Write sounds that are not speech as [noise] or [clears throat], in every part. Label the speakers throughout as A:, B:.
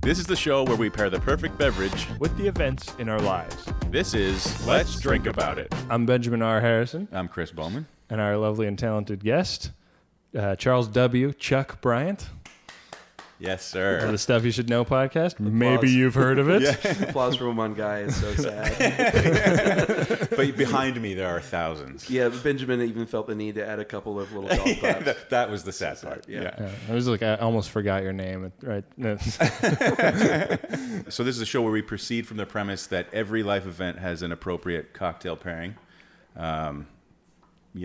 A: This is the show where we pair the perfect beverage.
B: with the events in our lives.
A: This is Let's Drink About It.
B: I'm Benjamin R. Harrison,
A: I'm Chris Bowman.
B: and our lovely and talented guest, uh, Charles W. Chuck Bryant
A: Yes,
B: of
A: sir.
B: the Stuff You Should Know podcast. Maybe you've heard of it.
C: Applause for one guy
B: [laughs]
C: is so sad.
A: but behind me, there are [laughs] thousands.
C: yeah, Benjamin even felt the need to add a couple of
B: [laughs]
C: little golf claps.
A: That, that was the sad part.
C: Yeah.
B: Yeah, Uh, I was like, I almost forgot your name. Right? [laughs]
A: So, this is a show where we proceed from the premise that every life event has an appropriate cocktail pairing. Yeah.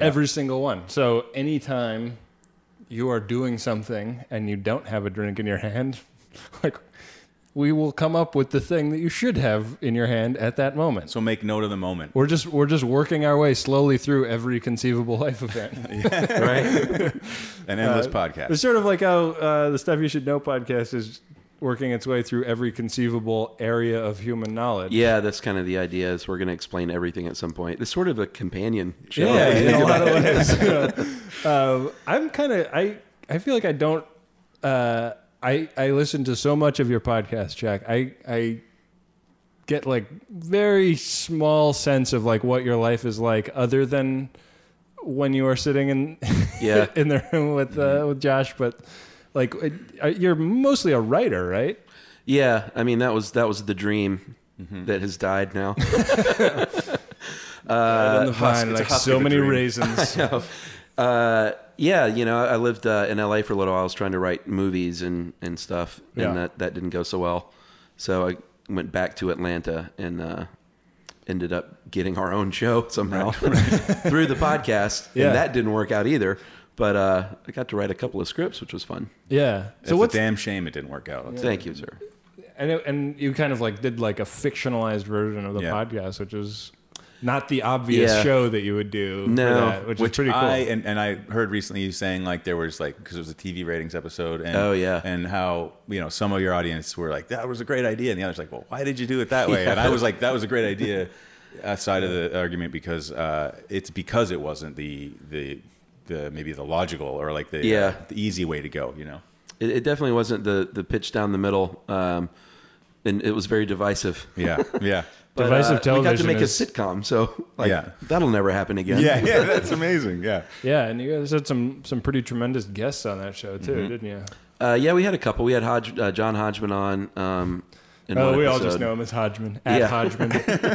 B: Every single one. So anytime you are doing something and you don't have a drink in your hand, [laughs] like we will come up with the thing that you should have in your hand at that moment.
A: So, make note of the moment.
B: We're just we're just working our way slowly through every conceivable life event.
C: Right?
A: An endless podcast.
B: it's sort of like how uh, the stuff you should know podcast is working its way through every conceivable area of human knowledge.
C: yeah, that's kind of the idea is we're going to explain everything at some point. It's sort of a companion show.
B: Yeah, in a lot of ways. you know. Um, I'm kind of I I feel like I don't uh, I I listen to so much of your podcast, Jack. I I get like very small sense of like what your life is like, other than when you are sitting in
C: Yeah.
B: [laughs] in the room with uh, with Josh, but. Like it- uh, you're mostly a writer, right?
C: Yeah, I mean that was that was the dream
B: Mm-hmm.
C: that has died now.
B: Uh,
A: husk- it's a
B: like
A: husk
B: so
A: of a
B: many
A: dream. [laughs]
B: raisins.
C: Uh, yeah, you know, I lived uh, in LA for a little while. I was trying to write movies and, and stuff, and
B: Yeah.
C: that, that didn't go so well. So I went back to Atlanta and uh, ended up getting our own show
B: [laughs]
C: somehow [laughs] through the podcast.
B: Yeah.
C: And that didn't work out either. But uh, I got to write a couple of scripts, which was fun.
B: yeah.
A: it's a damn shame it didn't work out. Let's-
C: Thank you, sir.
B: and it, and you kind of like did like a fictionalized version of the
A: Yeah.
B: podcast, which is not the obvious
C: Yeah.
B: show that you would do. for
C: No.
B: that, which, is pretty cool.
A: I and, and I heard recently you saying like there was like because it was a TV ratings episode and
C: Oh, yeah.
A: and how you know some of your audience were like that was a great idea and the others like well why did you do it that way and I was like that was a great idea outside of the argument because uh, it's because it wasn't the the the maybe the logical or like the uh,
C: Yeah.
A: the easy way to go you know
C: It, it definitely wasn't the, the pitch down the middle, um, and it was very divisive.
A: yeah
C: [laughs]
A: yeah
C: But, uh,
B: Divisive
C: We got to
B: television
C: make
B: is-
C: a sitcom, so like
A: Yeah.
C: that'll never happen again.
A: yeah yeah that's amazing yeah
B: yeah, and you guys had some some pretty tremendous guests on that show too, didn't you?
C: Uh, yeah, we had a couple. We had Hodge, uh, John Hodgman on. Um, in
B: Oh,
C: one
B: we all just
C: episode. [laughs]
B: know him [laughs] as Hodgman at
C: Yeah. [laughs]
B: Hodgman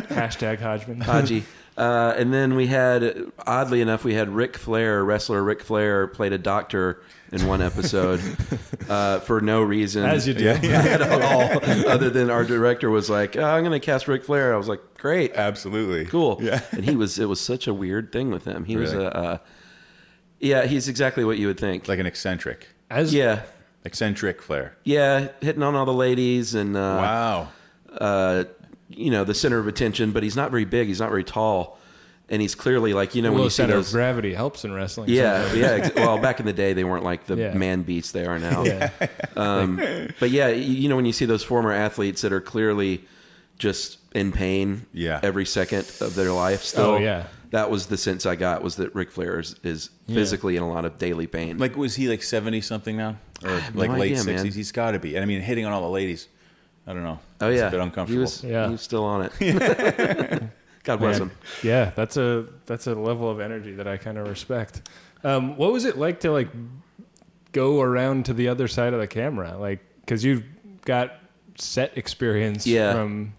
B: hashtag Hodgman.
C: Hodgy. Uh, and then we had, oddly enough, we had Ric Flair, wrestler Ric Flair, played a doctor in one
B: [laughs]
C: episode uh, for no reason
B: As you do.
A: yeah yeah
C: [laughs] at all, other than our director was like, oh, "I'm going to cast Ric Flair." I was like, "Great,
A: absolutely
C: cool."
A: yeah
C: And he was. It was such a weird thing with him. He was
A: Really?
C: a. Uh, yeah, he's exactly what you would think.
A: like an eccentric
B: As
C: yeah,
A: eccentric flair
C: yeah, hitting on all the ladies and. Uh,
A: wow
C: uh, you know, the center of attention, but he's not very big. He's not very tall. And he's clearly like, you know, when
B: low
C: you see
B: center of
C: those.
B: gravity helps in wrestling.
C: Yeah, yeah. ex- Well, back in the day, they weren't like the
B: Yeah.
C: man beats they are now.
B: [laughs]
C: Um,
B: Yeah.
C: But yeah, you you know, when you see those former athletes that are clearly just in pain
A: Yeah.
C: every second of their life still.
B: Oh, yeah.
C: That was the sense I got was that Ric Flair is, is physically in a lot of daily pain.
A: Like, was he like 70 something now? Or
C: no
A: like late
C: idea,
A: 60s?
C: man.
A: He's got to be. And I mean, hitting on all the ladies. I don't know.
C: oh,
A: It's
C: yeah.
A: a bit uncomfortable.
C: He was,
B: Yeah.
C: he was still on it.
B: [laughs]
C: God bless him.
B: Yeah, that's a that's a level of energy that I kind of respect. Um, what was it like to like go around to the other side of the camera, like because you've got set experience
C: Yeah.
B: from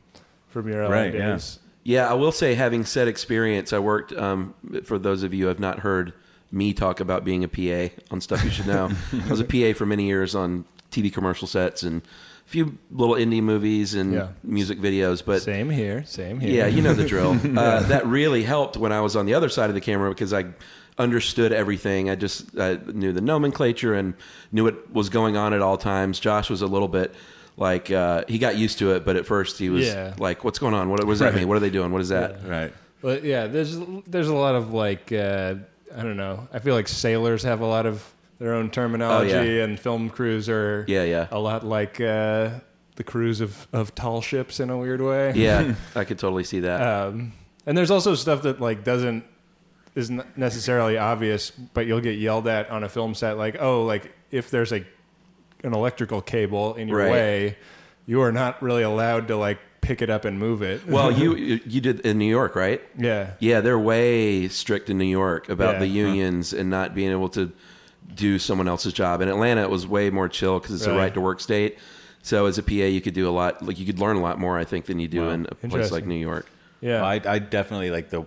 B: from your LA
A: Right, yeah.
B: days.
C: Yeah, I will say, having said experience, I worked. Um, for those of you who have not heard me talk about being a PA on stuff you should know, I was a PA for many years on TV commercial sets and a few little indie movies and
B: Yeah.
C: music videos. But
B: Same here, same here.
C: yeah, you know the [laughs] drill. Uh, that really helped when I was on the other side of the camera because I understood everything. I just I knew the nomenclature and knew what was going on at all times. Josh was a little bit like uh, he got used to it, but at first he was
B: Yeah.
C: like, "What's going on? What, what does that mean? What are they doing? What is that?"
A: Right.
B: [laughs] But yeah, there's there's a lot of like uh, I don't know. I feel like sailors have a lot of their own terminology, and film crews are
C: Oh, Yeah, yeah.
B: a lot like uh, the crews of of tall ships in a weird way.
C: [laughs] Yeah, Uh, I could totally see that.
B: Um, and there's also stuff that like doesn't isn't necessarily obvious, but you'll get yelled at on a film set, like, oh, like if there's a an electrical cable in your
C: Right.
B: way, you are not really allowed to like pick it up and move it.
C: [laughs] Well, you you did in New York, right?
B: [laughs] yeah.
C: Yeah, they're way strict in New York about
B: Yeah.
C: the unions and not being able to do someone else's job. In Atlanta, it was way more chill because it's a
B: Right.
C: right to work state. So as a PA, you could do a lot. Like you could learn a lot more, I think, than you do in a place like
B: Interesting.
C: New York.
B: Yeah.
A: I, I definitely like the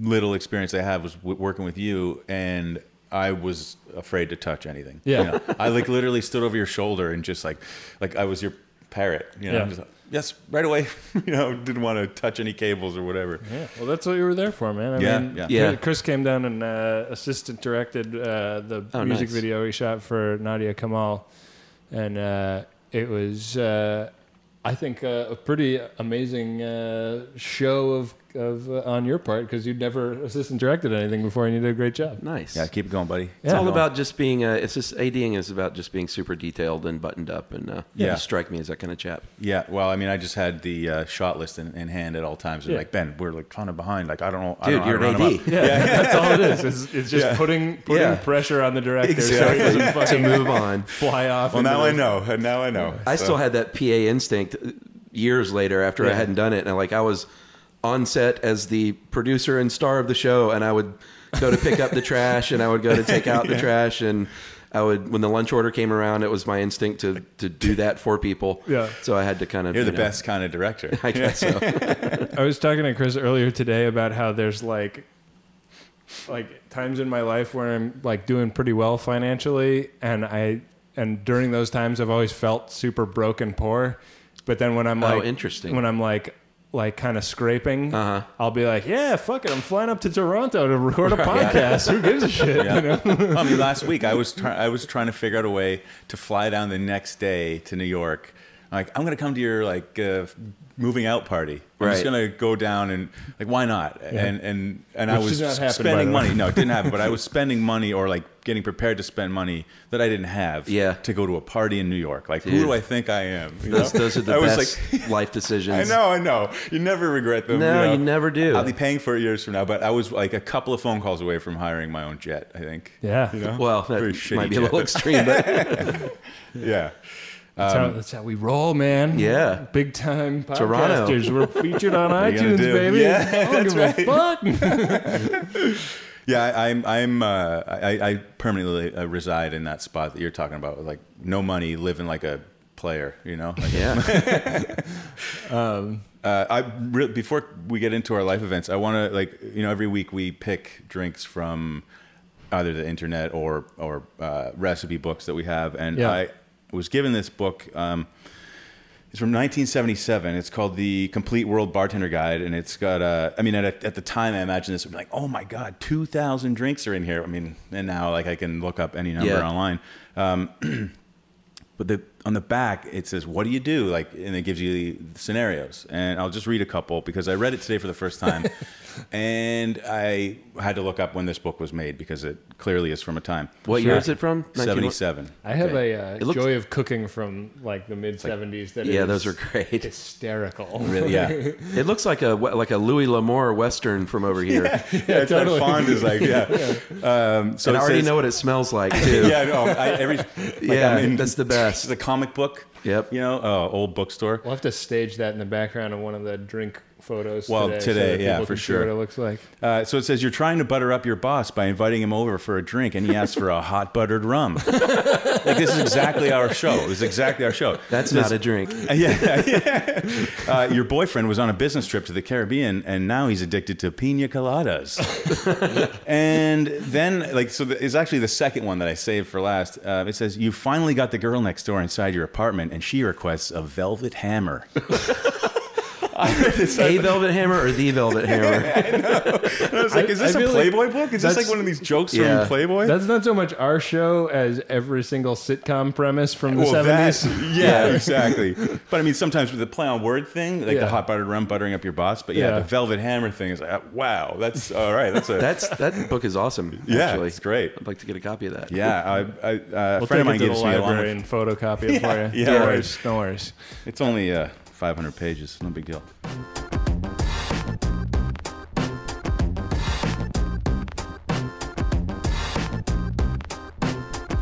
A: little experience I have was w- working with you, and I was afraid to touch anything. you
B: Yeah.
A: know? I like literally stood over your shoulder and just like, like I was your parrot. You know,
B: Yeah.
A: just like, yes, right away. [laughs] you know, didn't want to touch any cables or whatever.
B: Yeah, well, that's what you were there for, man. I
A: Yeah,
B: mean,
A: yeah.
C: Yeah.
B: Chris came down and uh, assistant directed uh, the
C: Oh,
B: music
C: nice.
B: video we shot for Nadia Kamal, and uh, it was, uh, I think, uh, a pretty amazing uh, show of of uh, on your part because you'd never assistant directed anything before, and you did a great job.
C: Nice.
A: Yeah, keep it going, buddy.
C: It's
B: Yeah.
C: all about just being. Uh, it's just ading is about just being super detailed and buttoned up, and uh,
A: Yeah.
C: you strike me as that kind of chap.
A: Yeah, well, I mean, I just had the uh, shot list in, in hand at all times. They're
B: Yeah.
A: like, Ben, we're like kind of behind. Like, I don't know. I don't
C: Dude,
A: know
C: you're
A: how
C: an
A: to run 'em
C: AD.
A: up.
B: Yeah, [laughs] that's all it is. It's, it's just
A: Yeah.
B: putting putting
C: Yeah.
B: pressure on the director so he doesn't
C: to
B: fucking
C: move on.
B: fly off.
A: Well,
B: into
A: now I
B: the-
A: know. [laughs] And Now I know.
C: I
A: So-
C: still had that PA instinct uh, years later after I
B: Yeah.
C: hadn't done it, and like I was on set as the producer and star of the show, and I would go to pick up the trash, and I would go to
A: [laughs]
C: take out the trash, and I would when the lunch order came around, it was my instinct to to do that for people.
B: Yeah.
C: So I had to kind of
A: You're the
C: you know,
A: best kind of director. [laughs]
C: I guess so.
B: I was talking to Chris earlier today about how there's like like times in my life where I'm like doing pretty well financially and I and during those times I've always felt super broke and poor. But then when I'm
C: Oh,
B: like
C: interesting.
B: when I'm like like kind of scraping,
C: Uh-huh.
B: I'll be like, "Yeah, fuck it, I'm flying up to Toronto to record
A: [laughs]
B: a podcast. Who gives a shit?" You know?
A: I mean,
C: [laughs]
A: last week I was try- I was trying to figure out a way to fly down the next day to New York. I'm like, I'm gonna come to your like uh, moving out party. I'm just
C: Right.
A: gonna go down and like, why not? And and and I
B: Which
A: was
B: did not happen, by
A: spending
B: the
A: money.
B: way.
A: No, it didn't happen. But I
C: [laughs]
A: was spending money or like getting prepared to spend money that I didn't have.
C: Yeah.
A: To go to a party in New York, like who
C: Dude.
A: do I think I am? You
C: Those,
A: know?
C: those are
A: [laughs]
C: the
A: I was
C: best
A: like-
C: life
A: I
C: decisions.
A: know, I know. You never regret them.
C: No,
A: you, know.
C: you never do.
A: I'll be paying for it years from now, but I was like a couple of phone calls away from hiring my own jet. I think.
B: Yeah.
A: You know?
C: Well, that
A: Very shitty
C: might be a little
A: jet,
C: extreme, but
A: but- yeah.
B: That's, how, that's how we roll, man.
C: Yeah.
B: Big time
C: Toronto.
B: podcasters. We're featured on
A: are you gonna
B: iTunes,
A: do?
B: baby.
A: Yeah,
B: I don't
A: that's
B: give a fuck.
A: Yeah, I, I'm. I'm. Uh, I, I permanently uh, reside in that spot that you're talking about. Like no money, living like a player. You know. Like,
C: yeah,
A: [laughs] uh, I re- before we get into our life events, I want to like you know every week we pick drinks from either the internet or or uh, recipe books that we have, and
B: Yeah.
A: I was given this book. Um, It's from 1977. It's called The Complete World Bartender Guide, and it's got. Uh, I mean, at, at the time, I imagine this would be like, oh my god, 2,000 drinks are in here. I mean, and now like I can look up any number
C: Yeah.
A: online. Um, [clears throat] But the on the back it says, "What do you do?" Like, and it gives you the scenarios. And I'll just read a couple because I read it today for the first
C: [laughs]
A: time, and I had to look up when this book was made because it clearly is from a time.
C: What year is it from? 19 [laughs]
A: Seventy-seven.
B: I have
C: Okay.
B: a uh,
C: It looks-
B: joy of cooking from like the mid '70s. That
C: yeah,
B: is
C: those are
A: [laughs]
C: great.
B: hysterical.
A: Yeah,
C: It looks like a like a Louis L'Amour western from over
A: [laughs]
C: here.
A: yeah. It's
B: totally.
A: That font is like yeah. Um, so
C: and
A: it
C: I already
A: says-
C: know what it smells
A: [laughs]
C: like too.
A: Yeah, no. I, every like,
C: Yeah,
A: I'm in-
C: that's the best.
A: The comic book.
C: Yep.
A: You know, uh, old bookstore.
B: We'll have to stage that in the background of one of the drink photos.
A: Well,
B: today, so
A: today,
B: that
A: yeah,
B: people
A: for
B: can see
A: sure.
B: What it looks like.
A: Uh, so it says you're trying to butter up your boss by inviting him over for a drink, and he asks for a hot buttered rum. [laughs] like this is exactly our show. It was exactly our show.
C: That's not a
A: [laughs]
C: drink.
A: yeah. yeah. Uh, your boyfriend was on a business trip to the Caribbean, and now he's addicted to pina coladas. and then, like, so the, it's actually the second one that I saved for last. Uh, it says, "You finally got the girl next door inside your apartment, and she requests a velvet hammer." I read this.
C: A velvet hammer or
A: [laughs]
C: the velvet hammer?
A: [laughs] I was like,
B: I-
A: "Is this
B: I
A: a
B: feel like
A: Playboy book? Is this like
B: that's-
A: one of these jokes
C: Yeah.
A: from Playboy?"
B: That's not so much our show as every single sitcom premise from the
A: that- [laughs]
B: '70s.
A: yeah, exactly. But I mean, sometimes with the play on word thing, like the
B: Yeah.
A: hot buttered rum buttering up your boss. But yeah,
B: Yeah.
A: the velvet hammer thing is like, wow, that's all right. That's a
C: That's that book is awesome.
A: yeah,
C: actually.
A: it's great.
C: I'd like to get a copy of that.
A: Yeah, I, I, uh, a
B: We'll
A: friend
B: take
A: of mine
B: it to the
A: gives me a long.
B: library and photocopy it for
A: [laughs]
B: you.
A: yeah,
B: no
A: right.
B: worries. No worries.
A: It's only uh, 500 pages, no big deal.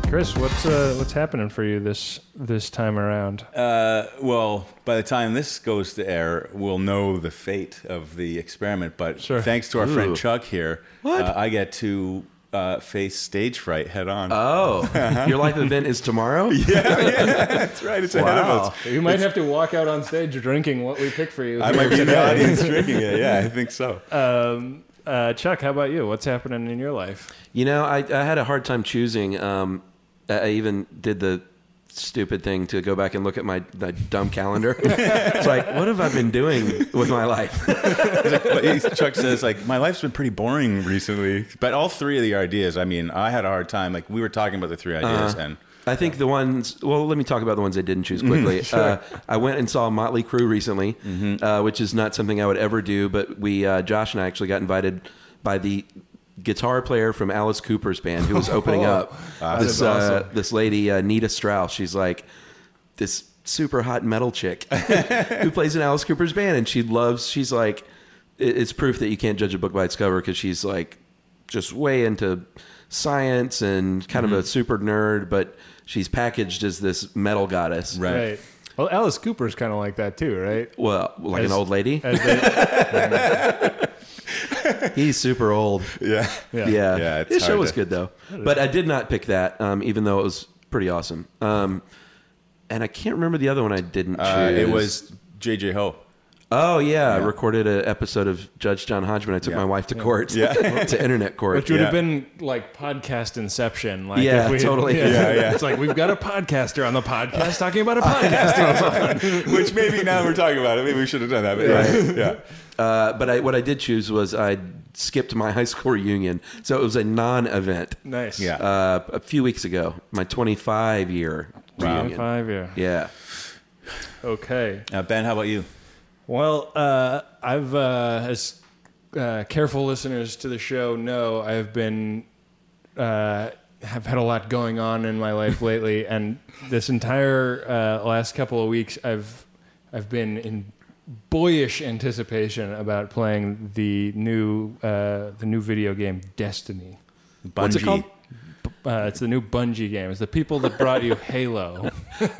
B: Chris, what's uh, what's happening for you this this time around?
A: Uh, well, by the time this goes to air, we'll know the fate of the experiment. But
B: Sure.
A: thanks to our friend
C: Ooh.
A: Chuck here,
C: What?
A: Uh, I get to uh, face stage fright head on. [laughs]
C: Oh,
A: Uh-huh.
C: your life event is tomorrow.
A: That's right. It's ahead of us.
B: You might have to walk out on stage drinking what we pick for you.
A: I might be in the [laughs] audience drinking it. Yeah, I think [laughs] so.
B: [laughs] Um, uh, Chuck, how about you? What's happening in your life?
C: You know, I, I had a hard time choosing. Um, I I even did the stupid thing to go back and look at my, my dumb calendar. [laughs] it's like, what have I been doing with my life?
A: but he- Chuck says like my life's been pretty boring recently. But all three of the ideas, I mean, I had a hard time. Like we were talking about the three ideas, and
C: I think the ones. Well, let me talk about the ones I didn't choose quickly. uh, I went and saw Motley Crue recently, uh, which is not something I would ever do. But we, uh, Josh and I, actually got invited by the guitar player from Alice Cooper's band who was opening up. this
B: is awesome.
C: uh, this lady uh, Nita Strauss. She's like this super hot metal chick who plays in Alice Cooper's band, and she loves. She's like, it- it's proof that you can't judge a book by its cover because she's like just way into science and kind
A: Mm-hmm.
C: of a super nerd, but she's packaged as this metal goddess.
A: Right.
B: Well, Alice Cooper's kind of like that too, right?
C: Well, like
B: As-
C: an old lady.
B: As they,
C: [laughs] He's super old.
A: yeah,
B: yeah.
C: Yeah.
A: Yeah, it's
C: this show
A: hard
C: was
A: to-
C: good though. But I did not pick that, um, even though it was pretty awesome. Um, and I can't remember the other one I didn't choose.
A: Uh, it was JJ Ho.
C: Oh yeah,
A: Yeah.
C: I recorded an episode of Judge John Hodgman. I took
A: Yeah.
C: my wife to court,
A: Yeah.
C: [laughs] to internet court.
B: Which would have
A: Yeah.
B: been like podcast inception. Like
C: Yeah,
B: if we,
C: totally.
A: Yeah, yeah.
B: It's like we've got a podcaster on the podcast talking about a podcast.
A: [laughs] Which maybe now we're talking about it. Maybe we should have done that. But yeah, yeah.
C: Uh, but I, what I did choose was I skipped my [laughs] high school reunion, so it was a non-event.
B: nice.
A: Yeah.
C: Uh, a few weeks ago, my 25 year
A: Wow.
C: reunion.
B: Five year.
C: Yeah,
B: Okay.
A: Uh, ben, how about you?
B: Well, uh, I've, uh, as uh, careful listeners to the show know, I've been, uh, have had a lot going on in my life lately, [laughs] and this entire uh, last couple of weeks, I've, I've been in boyish anticipation about playing the new, uh, the new video game Destiny.
A: Bungie.
C: What's it called?
B: Uh, it's the new Bungie game. It's the people that brought you Halo.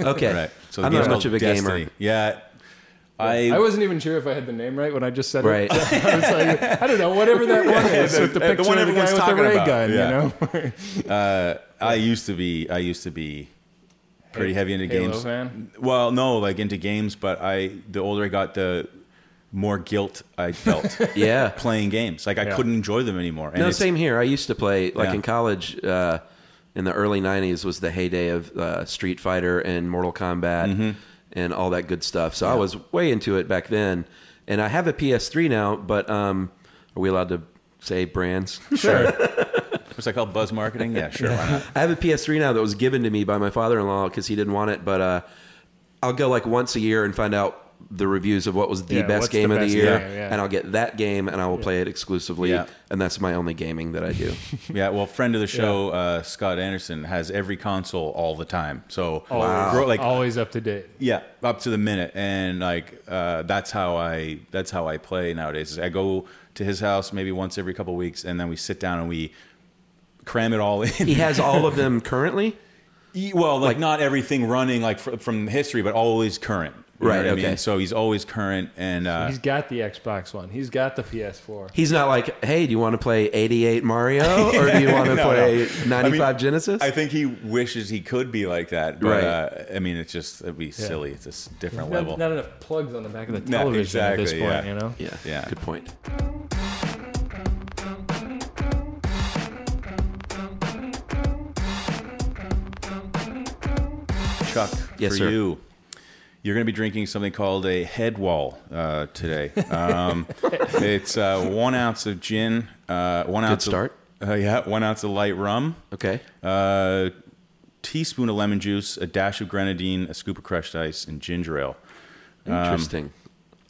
C: okay.
A: Right. So the
C: I'm
A: game's
C: not much
A: called
C: of a
A: Destiny.
C: gamer.
A: Yeah. I,
B: I wasn't even sure if I had the name right when I just said
C: Right.
A: [laughs]
B: it. [laughs] I was like, I don't know, whatever that one is
A: the-
B: with the
A: the
B: picture
A: one
B: of the guy
A: everyone's
B: with the
A: talking
B: ray
A: about,
B: gun,
A: yeah.
B: you know?
A: uh, I used to be I used to be pretty heavy into
B: Halo
A: games.
B: fan?
A: Well, no, like into games, but I the older I got, the more guilt I felt
C: [laughs] Yeah.
A: playing games. Like I
B: Yeah.
A: couldn't enjoy them anymore. And
C: no,
A: it's-
C: same here. I used to play like
A: Yeah.
C: in college uh, in the early '90s was the heyday of uh, Street Fighter and Mortal Kombat
A: Mm-hmm.
C: and all that good stuff. So I was way into it back then, and I have a PS3 now. But um, are we allowed to say brands?
A: [laughs] Sure. Was that called buzz marketing? Yeah, sure. Why not?
C: I have a PS3 now that was given to me by my father-in-law because he didn't want it. But uh, I'll go like once a year and find out the reviews of what was the
B: Yeah, what's
C: best
B: the
C: game of
B: best
C: the year,
B: game, yeah.
C: and I'll get that game and I will play it exclusively.
A: Yeah.
C: And that's my only gaming that I
B: [laughs]
C: do.
A: Yeah, well, friend of the show, uh, Scott Anderson, has every console all the time. So,
B: Always,
A: Bro, like,
B: always up to date.
A: yeah, up to the minute, and like uh, that's how I that's how I play nowadays. is I go to his house maybe once every couple of weeks, and then we sit down and we cram it all [laughs] in.
C: he has all of them currently.
A: E- Well, like, not everything running like fr- from history, but always current. You know
C: Right,
A: what I
C: okay.
A: mean? So he's always current, and uh, [laughs]
B: He's got the Xbox One. He's got the PS4.
C: He's not like, hey, do you want to play 88 Mario or
B: [laughs]
C: do you want to
A: No,
C: play
A: no.
C: 95
A: I mean,
C: Genesis?
A: I think he wishes he could be like that, but
C: Right.
A: uh, I mean, it's just it'd be silly. It's a s- different level.
B: Not, not enough plugs on the back of the
A: No,
B: television at this
A: exactly,
B: point,
A: yeah.
B: you know?
C: yeah,
A: Yeah.
C: good point.
A: Chuck,
C: Yes,
A: for
C: sir.
A: you, you're going to be drinking something called a head wall uh,
C: [laughs]
A: today. Um, it's uh, one ounce of gin, uh, one ounce
C: start.
A: of uh, yeah, one ounce of light rum,
C: Okay.
A: uh, teaspoon of lemon juice, a dash of grenadine, a scoop of crushed ice, and ginger ale.
C: Interesting.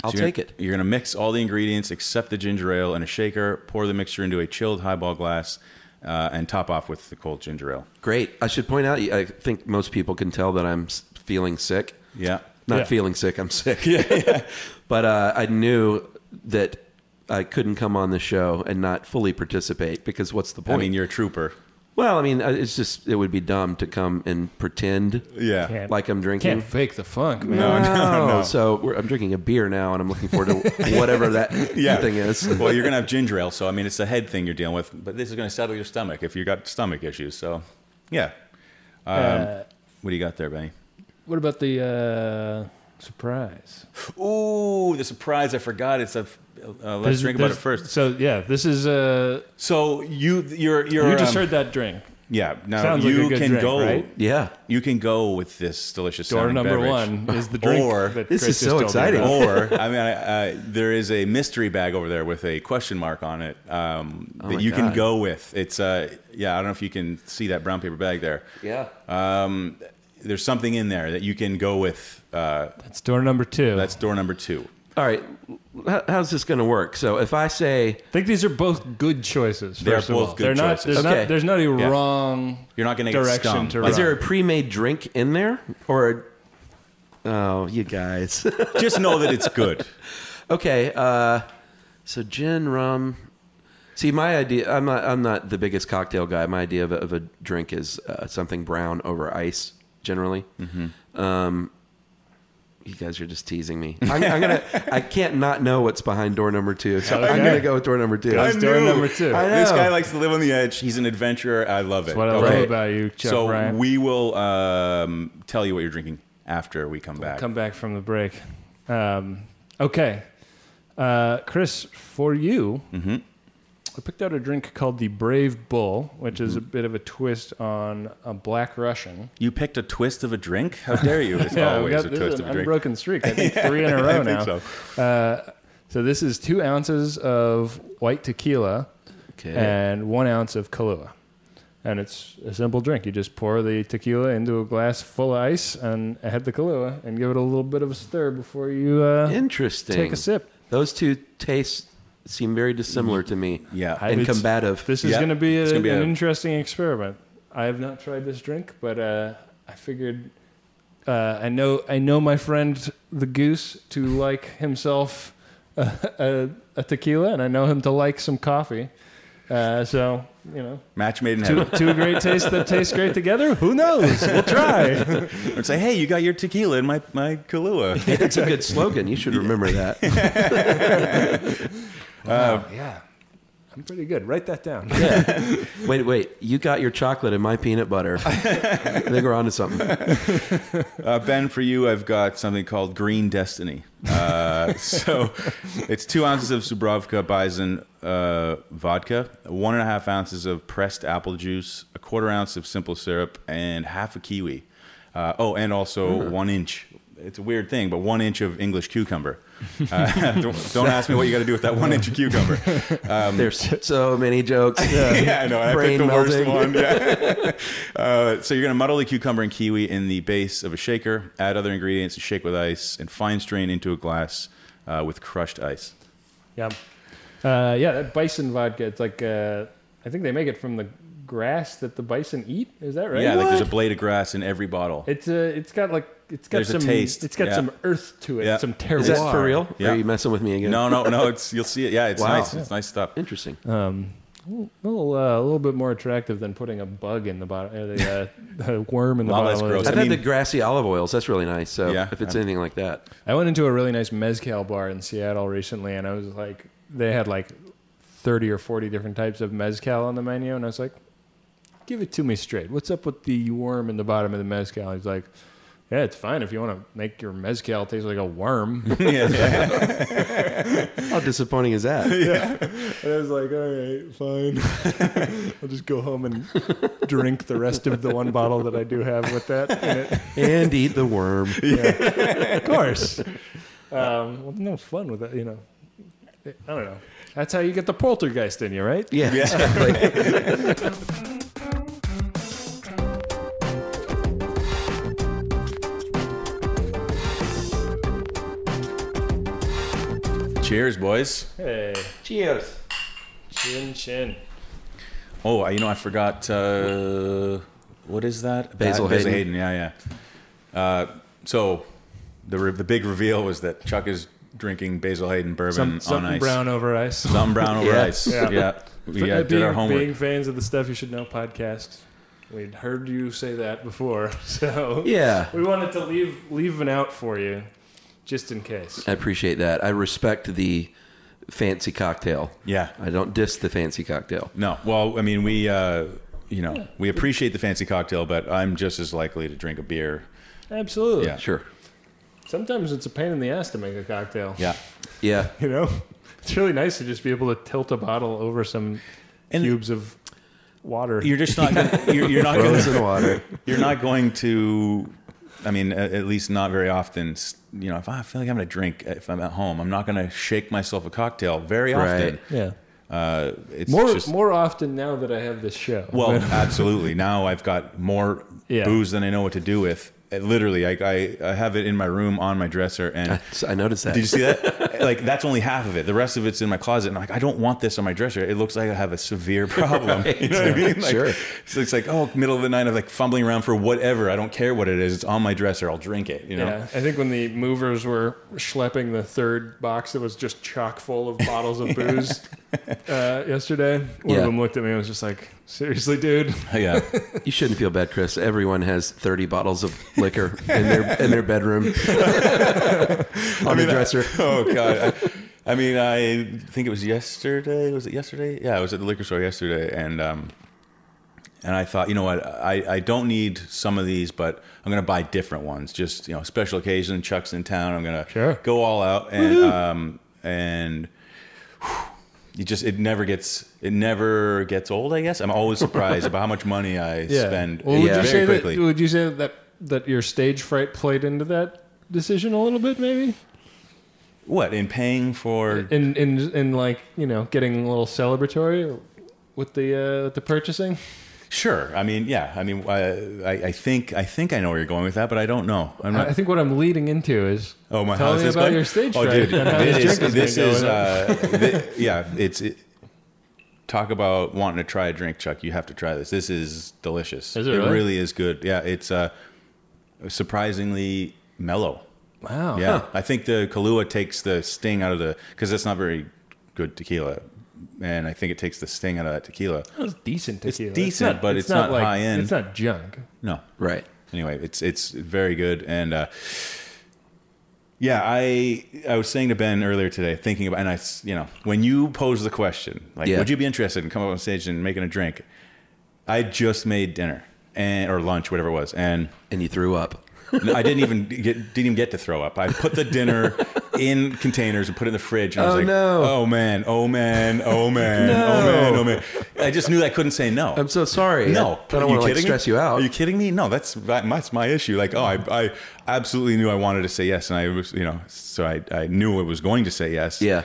C: I'll
A: So you're-
C: take it.
A: You're going to mix all the ingredients except the ginger ale in a shaker. Pour the mixture into a chilled highball glass, uh, and top off with the cold ginger ale.
C: Great. I should point out, I think most people can tell that I'm s- feeling sick.
A: Yeah.
C: Not
B: Yeah.
C: feeling sick, I'm sick. [laughs] but uh, I knew that I couldn't come on the show and not fully participate because what's the
A: I
C: point?
A: mean, you're a trooper.
C: Well, I mean, uh, it's just it would be dumb to come and pretend
A: Yeah.
B: Can't.
C: like I'm drinking.
B: Can't fake the funk, man.
A: No, [laughs] no, no.
C: Oh, So we're, I'm drinking a beer now, and I'm looking forward
A: [laughs]
C: to whatever that
A: Yeah.
C: thing is.
A: [laughs] well, you're gonna have ginger ale, so I mean, it's a head thing you're dealing with, but this is gonna settle your stomach if you got stomach issues. So, yeah. Um,
B: Uh,
A: what do you got there, Benny?
B: What about the uh, surprise?
A: Ooh, the surprise! I forgot. It's a. Uh, let's
B: There's-
A: drink about it
B: there's-
A: first.
B: So yeah, this is uh,
A: So you, you're, you're.
B: you just
A: um,
B: heard that drink.
A: Yeah. Now
B: Sounds like
A: you
B: a good
A: can
B: drink,
A: go.
B: right?
C: Yeah.
A: You can go with this delicious.
B: Door
A: sounding
B: number
A: beverage.
B: one is
A: [laughs]
B: the drink.
A: Or-
B: that
C: This
B: Chris
C: is so
B: just told me
C: exciting.
B: about.
A: or [laughs] I mean, I, I, there is a mystery bag over there with a question mark on it um,
C: my
B: Oh
A: that you can
C: God.
A: go with. It's uh, yeah, I don't know if you can see that brown paper bag there.
C: Yeah.
A: Um, there's something in there that you can go with. Uh,
B: That's door number two.
A: that's door number two.
C: All right. How, how's this going to work? So if I say,
B: I think these are both good choices.
A: They're
B: first of
A: both
B: all.
A: good
B: they're not,
A: choices.
B: There's
C: Okay.
B: not. There's not a
A: Yeah.
B: wrong.
A: You're not gonna get
B: direction
A: stung.
B: to
A: Like,
B: run.
C: is there a pre-made drink in there, or? Oh, you guys. [laughs]
A: just know that it's
B: [laughs]
A: good.
C: Okay, uh, so gin, rum. See, my idea. I'm not. I'm not the biggest cocktail guy. My idea of a, of a drink is uh, something brown over ice, generally. Um, you guys are just teasing me. I'm, I'm gonna. I can't not know what's behind door number two, so I'm
B: Okay.
C: gonna go with door number two.
B: That's door
A: knew.
B: number two.
C: I
A: This
C: know.
A: guy likes to live on the edge. He's an adventurer. I love it.
B: What I
A: Okay.
B: love about you, Chuck
A: so
B: Bryant.
A: we will um, tell you what you're drinking after we come back.
B: Come back from the break. Um, okay, uh, Chris, for you,
A: Mm-hmm.
B: I picked out a drink called the Brave Bull, which is
A: Mm-hmm.
B: a bit of a twist on a Black Russian.
A: You picked a twist of a drink. How dare you?
B: [laughs]
A: It's
B: we
A: always
B: got-
A: a
B: this is
A: twist
B: an
A: of a drink.
B: unbroken streak.
A: [laughs]
B: I think three in a row
A: I
B: now.
A: think so.
B: Uh, so this is two ounces of white tequila
C: Okay.
B: and one ounce of Kahlua. And it's a simple drink. You just pour the tequila into a glass full of ice and add the Kahlua and give it a little bit of a stir before you uh,
C: Interesting.
B: take a sip.
C: Those two tastes seem very dissimilar to me.
A: Yeah.
B: I-
C: and
B: it's-
C: combative.
B: This is
A: Yeah,
B: going to be,
A: it's
B: a-
A: gonna be
B: an
A: a-
B: interesting experiment. I have not tried this drink, but uh, I figured uh, I know I know my friend the goose to like himself [laughs] a, a, a tequila, and I know him to like some coffee. Uh, so you know,
A: Match made in
B: two,
A: heaven.
B: two great tastes that taste great together. Who knows? We'll [laughs] try.
A: and say, hey, you got your tequila in my, my
C: [laughs]
A: Kahlua.
C: It's a good slogan. You should remember that.
B: yeah, I'm pretty good. Write that down.
C: Wait, wait. You got your chocolate and my peanut butter. I think we're on to something.
A: Uh, ben, for you, I've got something called Green Destiny. Uh, so it's two ounces of Subrovka Bison uh, vodka, one and a half ounces of pressed apple juice, a quarter ounce of simple syrup, and half a kiwi. Uh, oh, and also one inch. It's a weird thing, but one inch of English cucumber. Uh, [laughs] don't, don't ask me what you got to do with that one inch of cucumber. Um,
C: There's so many jokes.
A: yeah, I know. I
C: Brain
A: picked the
C: melting. [laughs]
A: worst one. Yeah. uh, so you're going to muddle the cucumber and kiwi in the base of a shaker, add other ingredients, and shake with ice, and fine strain into a glass uh, with crushed ice.
B: Yeah. Uh, yeah, that bison vodka. It's like uh, I think they make it from the grass that the bison eat. Is that right?
A: Yeah, like there's a blade of grass in every bottle.
B: It's uh, it's got like it's got
A: There's a
B: some
A: taste,
B: It's got
A: yeah.
B: some earth to it.
A: Yeah.
B: Some terroir.
C: Is that for real?
A: Yeah.
C: Or are you messing with me again?
A: no, Uh, no, no. It's you'll see it. Yeah, it's
C: Wow.
A: nice. It's nice
C: [laughs]
A: stuff. [laughs]
C: Interesting.
B: Um, a little, uh, a little bit more attractive than putting a bug in the bottom, uh, [laughs] the, uh, the worm in the
A: Lot
B: bottom.
A: less
B: of the-
A: gross.
C: I've
A: I
C: had the
A: mean-
C: grassy olive oils. That's really nice. So
A: Yeah.
C: if it's anything like that,
B: I went into a really nice mezcal bar in Seattle recently, and I was like, they had like thirty or forty different types of mezcal on the menu, and I was like, give it to me straight. What's up with the worm in the bottom of the mezcal? He's like, yeah, it's fine if you want to make your mezcal taste like a worm. [laughs]
A: yeah, yeah.
C: [laughs] how disappointing
A: [laughs]
C: is that?
B: And I was like, all right, fine. [laughs] I'll just go home and drink the rest of the one bottle that I do have with that in it.
C: and eat
A: [laughs]
C: the worm.
B: Of course. [laughs] Um, well, no fun with that, you know. I don't know. That's how you get the poltergeist in you, right?
C: Yeah, exactly.
A: Cheers, boys.
B: Hey,
C: Cheers.
B: chin chin.
A: Oh, I- you know, I forgot. Uh, what is that?
C: Basil
A: Basil Hayden.
C: Hayden.
A: Yeah, yeah. Uh, so the re- the big reveal was that Chuck is drinking Basil Hayden bourbon
B: Some,
A: on
B: something
A: ice.
B: brown over ice. [laughs]
A: Something brown over
C: [laughs] Yeah.
A: ice. Yeah.
B: Yeah.
A: We
B: Uh,
A: uh, did
B: being,
A: our homework.
B: being fans of the Stuff You Should Know podcast, we'd heard you say that before, [laughs] so
C: Yeah.
B: we wanted to leave leave an out for you, just in case.
C: I appreciate that. I respect the fancy cocktail.
A: Yeah.
C: I don't diss the fancy cocktail.
A: No. Well, I mean, we, uh, you know, we appreciate the fancy cocktail, but I'm just as likely to drink a beer.
B: Absolutely.
A: Yeah.
C: Sure.
B: Sometimes it's a pain in the ass to make a cocktail.
A: Yeah. [laughs]
C: Yeah.
B: You know, it's really nice to just be able to tilt a bottle over some
A: And-
B: cubes of water.
A: You're just not.
C: [laughs]
A: Gonna, you're, you're not going
C: Frozen
A: to.
C: water.
A: You're not going to. I mean, a- at least not very often. s- You know, if I feel like I'm going to drink, if I'm at home, I'm not going to shake myself a cocktail very often.
C: Right.
B: yeah.
A: Uh, it's
B: More
A: just,
B: more often now that I have this show.
A: Well, absolutely. Now I've got more
B: Yeah.
A: booze than I know what to do with. Uh, Literally, I, I, I have it in my room on my dresser,
C: [laughs]
A: and
C: So I noticed that.
A: did you see that? like that's only half of it. The rest of it's in my closet, and I'm like I don't want this on my dresser. It looks like I have a severe problem. [laughs] You know what I mean? Like,
C: Sure.
A: So it's like oh, middle of the night, I'm like fumbling around for whatever. I don't care what it is. It's on my dresser. I'll drink it. You know.
B: Yeah, I think when the movers were schlepping the third box that was just chock full of
A: [laughs]
B: bottles of booze uh, yesterday, one
C: Yeah.
B: of them looked at me and was just like,
A: [laughs]
B: "Seriously, dude."
A: Yeah.
C: You shouldn't feel bad, Chris. Everyone has 30 bottles of liquor in their in
A: [laughs]
C: their bedroom [laughs] on the dresser.
A: oh god. I, I mean, I think it was yesterday. Was it yesterday? Yeah, I was at the liquor store yesterday, and um, and I thought, you know what, I, I don't need some of these, but I'm gonna buy different ones. Just you know, special occasion. Chuck's in town. I'm gonna
B: Sure.
A: go all out, and um, and. You just it never gets it never gets old. I guess I'm always surprised about how much money
B: [laughs]
A: I spend
B: Well, would
C: Yeah.
A: very
B: you say
A: quickly.
B: that? Would you say that that your stage fright played into that decision a little bit, maybe?
A: what in paying for
B: In in in like you know getting a little celebratory with the uh, with the purchasing.
A: Sure. I mean, yeah. I mean, I, I, I think I think I know where you're going with that, but I don't know. I'm
B: I
A: not.
B: I think what I'm leading into is
A: Uh, oh my!
B: tell
A: how's
B: me
A: this
B: about
A: going?
B: your stage
A: Oh,
B: fright
A: dude,
B: and how this
A: this
B: drink
A: is this
B: is gonna go
A: is
B: with
A: uh, thi- yeah. It's it, talk about wanting to try a drink, Chuck. You have to try this. This is delicious.
B: Is it really?
A: really is good. Yeah. It's uh, surprisingly mellow.
B: Wow.
A: Yeah, I think the Kahlua takes the sting out of the because that's not very good tequila, and I think it takes the sting out of that tequila.
B: That was decent
A: It's
B: tequila.
A: decent, but it's not
B: like,
A: high end.
B: It's not junk.
A: No,
C: Right.
A: anyway, it's it's very good and uh, yeah, I I was saying to Ben earlier today, thinking about and I s- you know when you pose the question like
C: Yeah.
A: would you be interested in coming up on stage and making a drink, I just made dinner and or lunch whatever it was and
C: And you threw up.
A: I didn't even [laughs] get didn't even get to throw up. I put the dinner in containers and put it in the fridge. And I was
C: Oh,
A: like,
C: no.
A: oh man, oh man, oh
C: [laughs]
A: man, oh man, oh man. I just knew I couldn't say no.
C: I'm so sorry.
A: No,
C: I, I
A: are
C: don't
A: you
C: want to like
A: kidding me?
C: stress you out.
A: Are you kidding me? No, that's that- that's my issue. Like, oh, I, I absolutely knew I wanted to say yes, and I was, you know, so I, I knew I was going to say yes.
C: Yeah.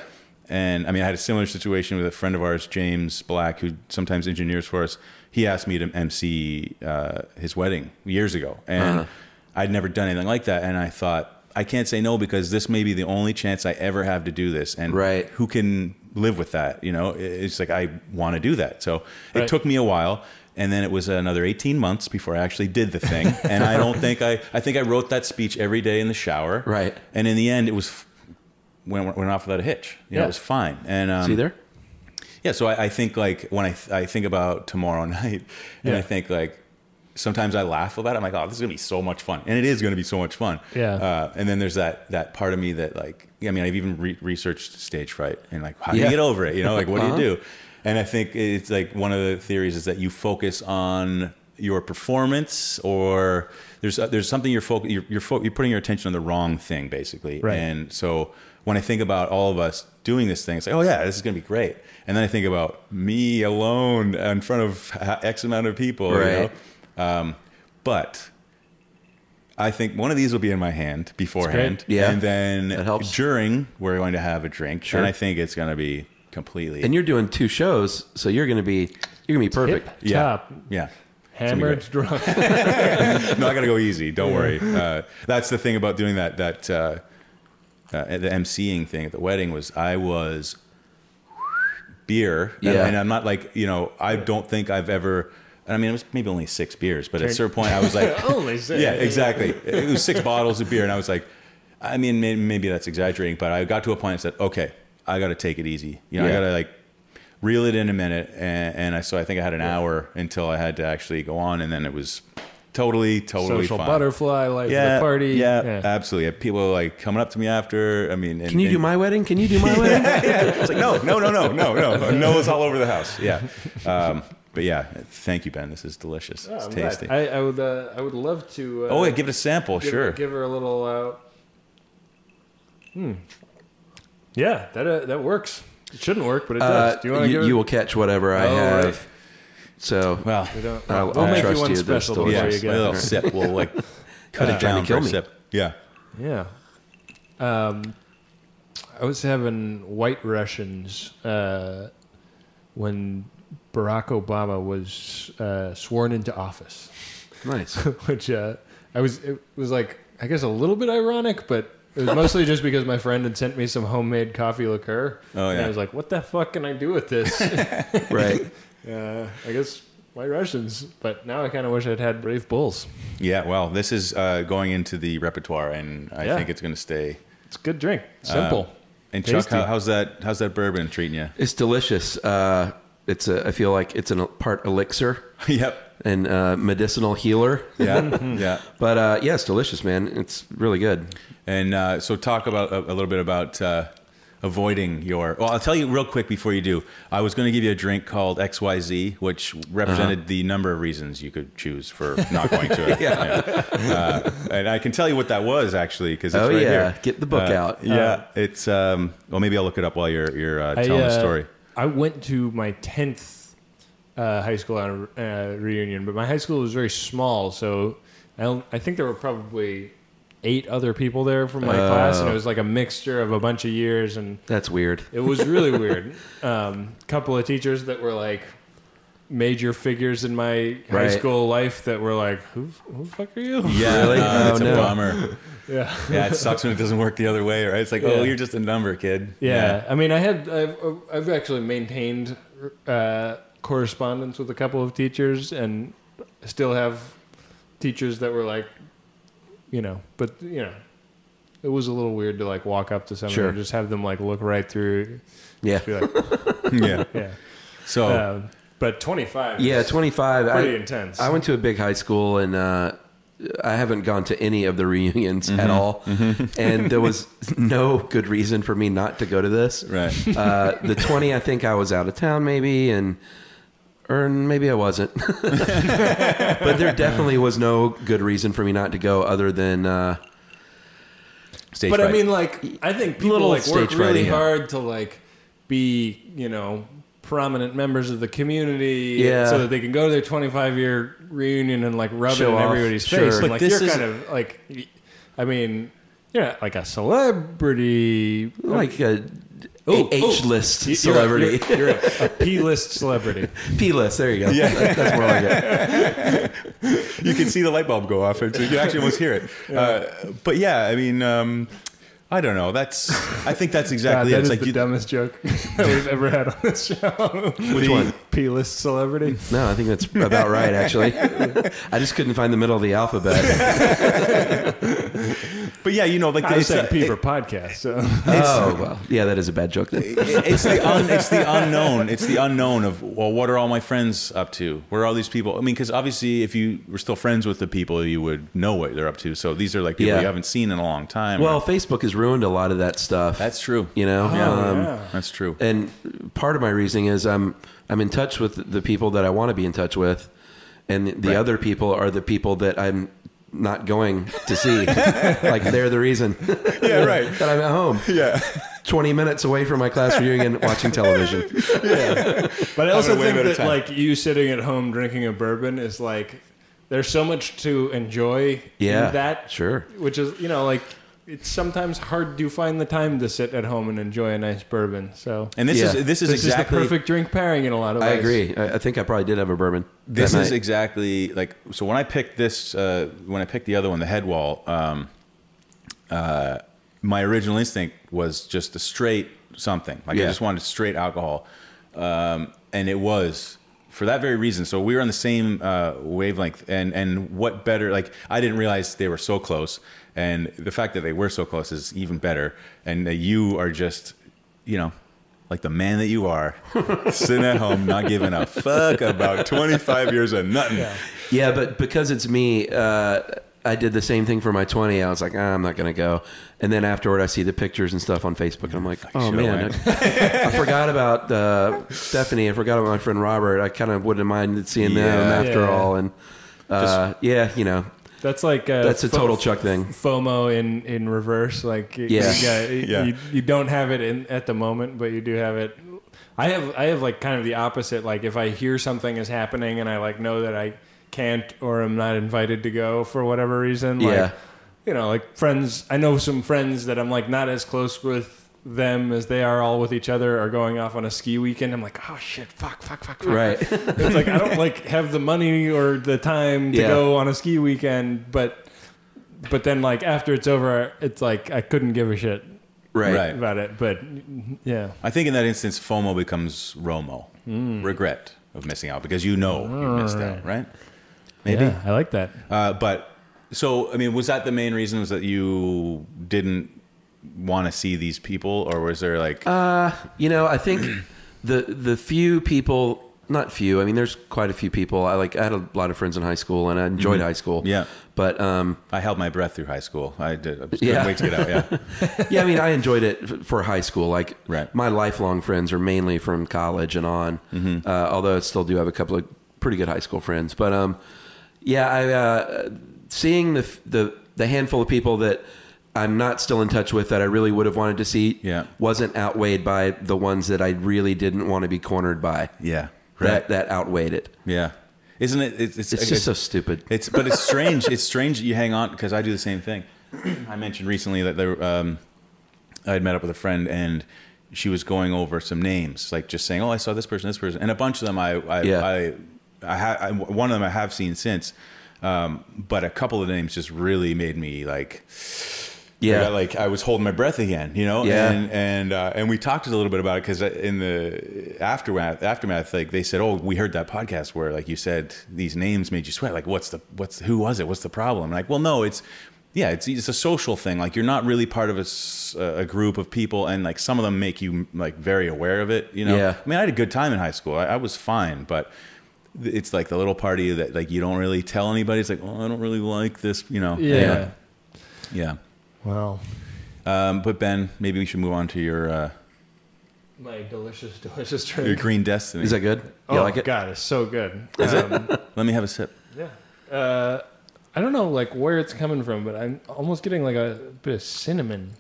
A: And I mean, I had a similar situation with a friend of ours, James Black, who sometimes engineers for us. He asked me to MC uh, his wedding years ago, and
C: Uh-huh.
A: I'd never done anything like that. And I thought, I can't say no because this may be the only chance I ever have to do this. And
C: Right.
A: who can live with that? You know, It- it's like I want to do that. So it
B: Right.
A: took me a while. And then it was another 18 months before I actually did the thing. And I don't think I, I think I wrote that speech every day in the shower.
C: Right.
A: And in the end, it was, f- went, went off without a hitch. You know,
B: Yeah.
A: it was fine. And, um,
C: See there?
A: yeah, so I, I think like when I, th- I think about tomorrow [laughs] night and
B: Yeah.
A: I think like sometimes I laugh about it. I'm like, oh, this is going to be so much fun. And it is going to be so much fun.
B: Yeah.
A: Uh, and then there's that, that part of me that like, I mean, I've even re- researched stage fright and like, how do
C: Yeah.
A: you get over it? You know, like, what
B: Uh-huh.
A: do you do? And I think it's like one of the theories is that you focus on your performance or there's, uh, there's something you're, foc- you're, you're, fo- you're putting your attention on the wrong thing basically.
B: Right.
A: And so when I think about all of us doing this thing, it's like, oh yeah, this is going to be great. And then I think about me alone in front of [laughs] X amount of people. you know?
C: Right.
A: Um, but I think one of these will be in my hand beforehand.
C: great. Yeah.
A: And then
C: That helps.
A: during, we're going to have a drink.
C: Sure.
A: And I think it's going to be completely.
C: And you're doing two shows, so you're going to be you're going to be perfect.
B: Hip,
A: yeah.
B: top,
A: Yeah. It's gonna be [laughs]
B: hammered, drunk.
A: no, I gotta go easy. Don't worry. Uh, that's the thing about doing that that uh, uh, the emceeing thing at the wedding was I was beer, and,
C: Yeah.
A: and I'm not like you know I don't think I've ever. I mean, it was maybe only
B: Oh,
A: six beers, but at a certain point, I was like,
B: Only six.
C: [laughs]
A: yeah, exactly. It was six bottles of beer, and I was like, I mean, maybe, maybe that's exaggerating, but I got to a point and said, okay, I got to take it easy. You know, I
C: Yeah.
A: got to like reel it in a minute. And, and I, so I think I had an hour until I had to actually go on. And then it was totally, totally
B: Social
A: fine.
B: butterfly, like the party.
A: Yeah, absolutely. People were, like coming up to me after. I mean, and,
C: Can you do
A: [laughs] and-
C: my wedding? Can you do my wedding?
A: It's like no, no, no, no, no, no. No, it's all over the house. Yeah. Um, but yeah, thank you, Ben. This is delicious. it's
B: I'm glad.
A: tasty.
B: I, I would. Uh, I would love to. Uh,
A: oh, wait, give it a sample.
B: give,
A: sure.
B: Give her a little. Uh, hmm. Yeah, that uh, that works. It shouldn't work, but it does.
C: Uh,
B: Do you want to
C: you,
B: give? her-
C: you will catch whatever I
A: Oh,
C: have.
A: right.
C: So
A: well,
B: We don't,
C: I'll-
B: we'll
C: I'll
B: make you
C: trust
B: one
C: you at this
B: special
C: store.
B: before
A: yeah,
C: Yes,
B: you
A: a
B: get.
A: little sip. We'll
C: [laughs]
A: like cut it
C: Uh, trying
A: down
C: to
A: for
C: kill
A: a
C: me.
A: sip. Yeah.
B: Yeah. Um, I was having White Russians uh, when Barack Obama was uh, sworn into office, [laughs]
A: [laughs]
C: nice.
B: which uh, I was. It was like I guess a little bit ironic, but it was mostly just because my friend had sent me some homemade coffee liqueur.
A: Oh,
B: And
A: yeah.
B: I was like, "What the fuck can I do with this?"
C: Right.
B: uh, I guess White Russians. But now I kind of wish I'd had Brave Bulls.
A: Yeah. Well, this is uh, going into the repertoire, and I
B: Yeah.
A: think it's going to stay.
B: It's a good drink, simple.
A: And Chuck,
B: Tasty.
A: how, how's that? How's that bourbon treating you? [laughs]
C: It's delicious. Uh, it's a, I feel like it's a part elixir
A: yep.
C: and uh, medicinal healer.
B: [laughs]
A: Yeah. yeah.
C: But uh, yeah, it's delicious, man. It's really good.
A: And uh, so, talk about a, a little bit about uh, avoiding your. Well, I'll tell you real quick before you do. I was going to give you a drink called XYZ, which represented
B: Uh-huh.
A: the number of reasons you could choose for not going
B: [laughs]
A: to it. yeah. Uh, and I can tell you what that was actually because it's
C: Oh,
A: right
C: yeah.
A: here.
C: Get the book
A: Uh,
C: out.
A: Yeah, it's. Um, well, maybe I'll look it up while you're you're uh, telling
B: I,
A: the
B: uh, [laughs]
A: story.
B: I went to my tenth uh, high school uh, reunion, but my high school was very small, so I don't, I think there were probably eight other people there from my class,
A: Oh.
B: and it was like a mixture of a bunch of years, and
C: That's weird.
B: it was really [laughs] weird. Um, couple of teachers that were like major figures in my high
C: Right.
B: school life that were like, "Who, who the fuck are you?"
A: Yeah,
C: Really?
A: uh,
C: Oh,
A: it's a
B: [laughs]
C: no.
A: bummer.
B: Yeah.
A: Yeah, it sucks when it doesn't work the other way, right? It's like, oh,
B: Yeah.
A: you're just a number, kid.
B: Yeah. I mean, I had I've, I've actually maintained uh, correspondence with a couple of teachers, and still have teachers that were like, you know, but you know, it was a little weird to like walk up to someone
C: Sure.
B: and just have them like look right through,
C: Yeah. Oh.
B: be like, [laughs]
A: yeah. yeah.
B: yeah.
A: So
B: Um, but twenty five,
C: Yeah, 25.
B: pretty
C: I,
B: intense.
C: I went to a big high school and uh, I haven't gone to any of the reunions
A: Mm-hmm.
C: at all. And
A: [laughs]
C: there was no good reason for me not to go to this.
A: right.
C: Uh, the 20, I think I was out of town maybe, and or maybe I wasn't. [laughs] but there definitely was no good reason for me not to go other than uh,
A: Stage
B: but I
A: fright.
B: mean, like, I think people
C: Little
B: like work
C: stage
B: really
C: writing, yeah.
B: hard to like be, you know, prominent members of the community,
C: Yeah.
B: so that they can go to their 25 year reunion and like rub
C: Show
B: it in
C: off,
B: everybody's
C: sure.
B: face. And,
A: But
B: like,
A: this
B: you're
A: is-
B: kind of like, I mean, you're not like a celebrity,
C: like a
A: Oh,
B: Ooh,
C: H
B: ooh.
C: list
B: You're a-
C: celebrity.
B: You're, you're
C: [laughs]
B: a P list [laughs] celebrity.
C: P list, there you go. That's more like it.
A: you can see the light bulb go off. It's, you can actually almost hear
B: [laughs]
A: it. Uh, but yeah, I mean, um, I don't know. That's I think that's
B: [laughs] God,
A: exactly
B: that
A: it. It's
B: is
A: like
B: the
A: you,
B: dumbest joke [laughs] that we've ever had on this show.
A: the-
B: P list celebrity.
C: No, I think that's about
A: [laughs]
C: right, actually. I just couldn't find the middle of the alphabet.
A: But yeah, you know, like
B: I
A: it's the,
B: said P for podcast. So.
C: oh, well. Yeah, that is a bad joke then.
A: it- it's the un, it's the unknown. It's the unknown of well, what are all my friends up to? Where are all these people? I mean, because obviously, if you were still friends with the people, you would know what they're up to. So these are like people
C: Yeah.
A: you haven't seen in a long time.
C: Well, Facebook has ruined a lot of that stuff.
A: that's true. Oh,
C: you know?
A: yeah,
C: Um,
A: that's true.
C: and part of my reasoning is I'm I'm in touch with the people that I want to be in touch with, and the
A: Right.
C: other people are the people that I'm not going
A: [laughs]
C: to see. like they're the reason
A: yeah, right.
C: [laughs] that I'm at home,
A: Yeah,
C: 20 minutes away from my class reunion,
A: [laughs]
C: watching television.
B: But I also
A: gonna wave
B: think
A: at a
B: that
A: time.
B: like you sitting at home drinking a bourbon is like there's so much to enjoy
C: Yeah,
B: in that
C: sure.
B: which is you know like it's sometimes hard to find the time to sit at home and enjoy a nice bourbon. So
A: and this
C: Yeah.
A: is this is
B: this
A: exactly
B: is the perfect drink pairing in a lot of
C: I
B: ways.
C: agree. I, I think I probably did have a bourbon.
A: this
C: that
A: is
C: night.
A: exactly like so when i picked this uh, when i picked the other one the head wall um, uh, my original instinct was just a straight something like i
C: Yeah.
A: just wanted straight alcohol um, and it was for that very reason. So we were on the same uh, wavelength, and and what better? Like I didn't realize they were so close, and the fact that they were so close is even better. And that you are just, you know, like the man that you
C: [laughs]
A: are, sitting at home not giving a fuck about twenty five years of nothing.
C: Yeah, but because it's me, uh, I did the same thing for my 20. I was like, ah, I'm not going to go. And then afterward, I see the pictures and stuff on Facebook, and I'm like, oh
A: should've
C: man, I, I forgot about uh, Stephanie. I forgot about my friend Robert. I kind of wouldn't mind seeing them
A: Yeah.
C: after
B: Yeah.
C: all. And uh, yeah, you know,
B: That's like uh,
C: that's a
B: fo-
C: total Chuck thing.
B: FOMO in in reverse. Like you-
C: Yeah.
B: you, got- you-
A: Yeah.
B: you, you don't have it in at the moment, but you do have it. I have I have like kind of the opposite. Like if I hear something is happening and I like know that I can't or am not invited to go for whatever reason. Like,
C: Yeah.
B: You know, like friends. I know some friends that I'm like not as close with them as they are all with each other are going off on a ski weekend. I'm like, oh shit, fuck, fuck, fuck, fuck.
C: Right.
B: It's like I don't like have the money or the time to
C: Yeah.
B: go on a ski weekend, but but then like after it's over, it's like I couldn't give a shit
C: right.
A: Right.
B: about it. But yeah,
A: I think in that instance, FOMO becomes ROMO,
C: Hmm.
A: regret of missing out, because you know you missed out, right? Maybe.
B: yeah, I like that.
A: Uh, but so, I mean, was that the main reason? Was that you didn't want to see these people, or was there like
C: Uh. You know, I think [clears throat] the the few people, not few. I mean, there's quite a few people. I like. I had a lot of friends in high school, and I enjoyed high school.
A: Mm-hmm. Yeah.
C: but um,
A: I held my breath through high school? I did. I just couldn't
C: Yeah.
A: wait to get out.
C: [laughs]
A: Yeah,
C: yeah, I mean, I enjoyed it f- for high school. Like,
A: [laughs] Right.
C: my lifelong friends are mainly from college and on.
A: Mm-hmm.
C: Uh, although I still do have a couple of pretty good high school friends, but um, yeah, I uh, seeing the f- the the handful of people that I'm not still in touch with that I really would have wanted to see
A: Yeah.
C: wasn't outweighed by the ones that I really didn't want to be cornered by.
A: yeah,
C: That that outweighed it.
A: yeah. Isn't it? It's, it's,
C: It's just so stupid.
A: It's but it's strange. it's strange that you hang on because I do the same thing. I mentioned recently that there, um, I had met up with a friend and she was going over some names, like just saying, "Oh, I saw this person, this person," and a bunch of them I, I,
C: Yeah.
A: I, I, ha- I, one of them I have seen since, um, but a couple of names just really made me like, I
C: Yeah.
A: got, like I was holding my breath again, you know.
C: Yeah.
A: And and uh, and we talked a little bit about it because in the uh, aftermath, aftermath, like they said, oh, we heard that podcast where like you said these names made you sweat. Like, what's the what's who was it? What's the problem? like, well, no, it's yeah, it's it's a social thing. Like, you're not really part of a, s- a group of people, and like some of them make you like very aware of it. You know,
C: Yeah.
A: I mean, I had a good time in high school. I, I was fine, but. It's like the little party that like you don't really tell anybody. It's like, oh, I don't really like this, you know.
B: Yeah.
A: yeah.
B: Wow.
A: Um, but Ben, maybe we should move on to your uh,
B: My delicious, delicious
A: your
B: drink.
A: green destiny.
C: Is that good?
B: oh
C: you like it?
B: God, it's so good. Um,
A: Let me have a sip.
B: yeah. Uh, I don't know like where it's coming from, but I'm almost getting like a bit of cinnamon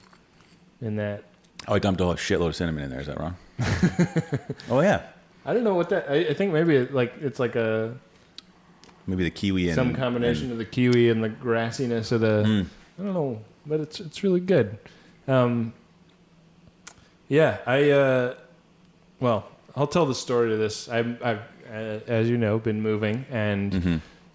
B: in that.
A: Oh, I dumped a whole shitload of cinnamon in there. Is that
C: [laughs]
A: wrong? oh yeah,
B: I don't know what that. I, I think maybe it, like it's like a
A: maybe the kiwi and Mm-hmm.
B: some combination of the kiwi and the grassiness of the I don't know, but it's it's really good. Um, yeah, I uh, well, I'll tell the story of this. I'm, I've uh, as you know been moving and uh,
A: and-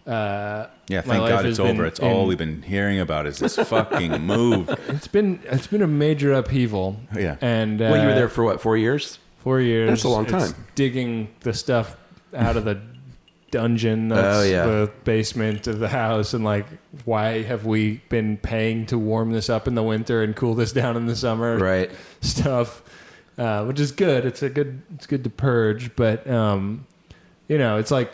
A: Mm-hmm. yeah,
B: my
A: thank
B: life
A: God
B: has
A: it's
B: been
A: over. It's all
B: in-
A: we've been hearing about is this fucking
C: [laughs]
A: move.
B: it's been it's been a major upheaval.
A: Yeah.
B: and uh,
C: well, you were there for what?
A: [laughs]
C: Four years?
B: four years.
C: That's a long
B: It's
C: time.
B: digging the stuff out of the dungeon, that's
C: Oh, yeah.
B: the basement of the house, and like, why have we been paying to warm this up in the winter and cool this down in the summer?
C: Right.
B: [laughs] Stuff, uh, which is good. It's a good. It's good to purge, but um, you know, it's like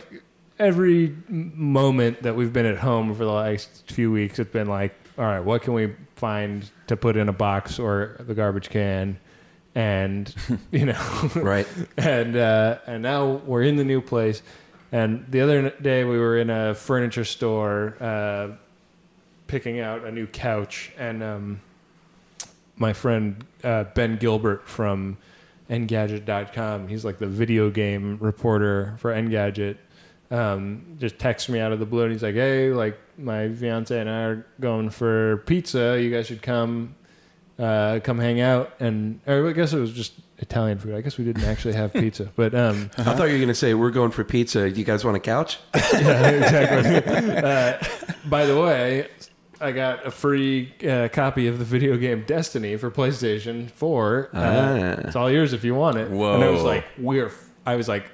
B: every m- moment that we've been at home for the last few weeks, it's been like, all right, what can we find to put in a box or the garbage can? And you know,
C: Right.
B: [laughs] and uh, and now we're in the new place. And the other day we were in a furniture store uh, picking out a new couch, and um, my friend uh, Ben Gilbert from Engadget.com, he's like the video game reporter for Engadget. Um, just texts me out of the blue, and he's like, "Hey, like my fiance and I are going for pizza. You guys should come uh, come hang out and or I guess it was just Italian food. I guess we didn't actually have pizza, but
C: [laughs]
B: um,
C: I thought you were going to say, we're going for pizza. You guys want a couch?
B: yeah, exactly. uh, by the way, I got a free uh, copy of the video game Destiny for PlayStation Four. Uh,
C: Ah.
B: It's all yours if you want it. And I was
A: Whoa.
B: like, we're. I was like,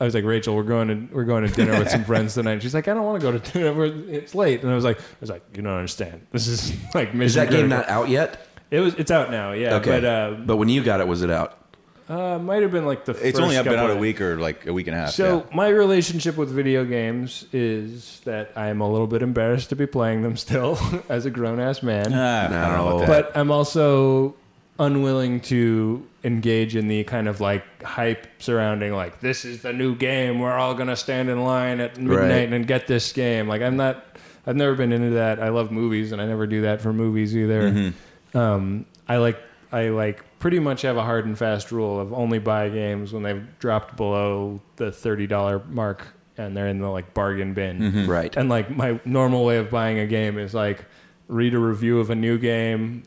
B: I was like, Rachel, we're going to we're going to dinner with some friends tonight. And she's like, I don't want to go to dinner. We're- It's late. And I was like, I was like, you don't understand. This is [laughs] like mission.
C: Is that game
B: critical."
C: not out yet?
B: It was. It's out now. Yeah.
C: Okay.
B: But uh,
C: but when you got it, was it out?
B: uh, might have been like the.
A: It's
B: first
A: only been out a
B: couple
A: week or like a week and a half.
B: So
A: yeah.
B: my relationship with video games is that I am a little bit embarrassed to be playing them still [laughs] as a grown ass man.
A: Ah, I don't know about
C: No.
A: that.
B: but I'm also unwilling to engage in the kind of like hype surrounding like this is the new game we're all going to stand in line at midnight
C: Right.
B: and get this game like I'm not I've never been into that I love movies and I never do that for movies either um I like I like pretty much have a hard and fast rule of only buy games when they've dropped below the $30 mark and they're in the like bargain bin
A: Mm.
C: Right.
B: and like my normal way of buying a game is like read a review of a new game.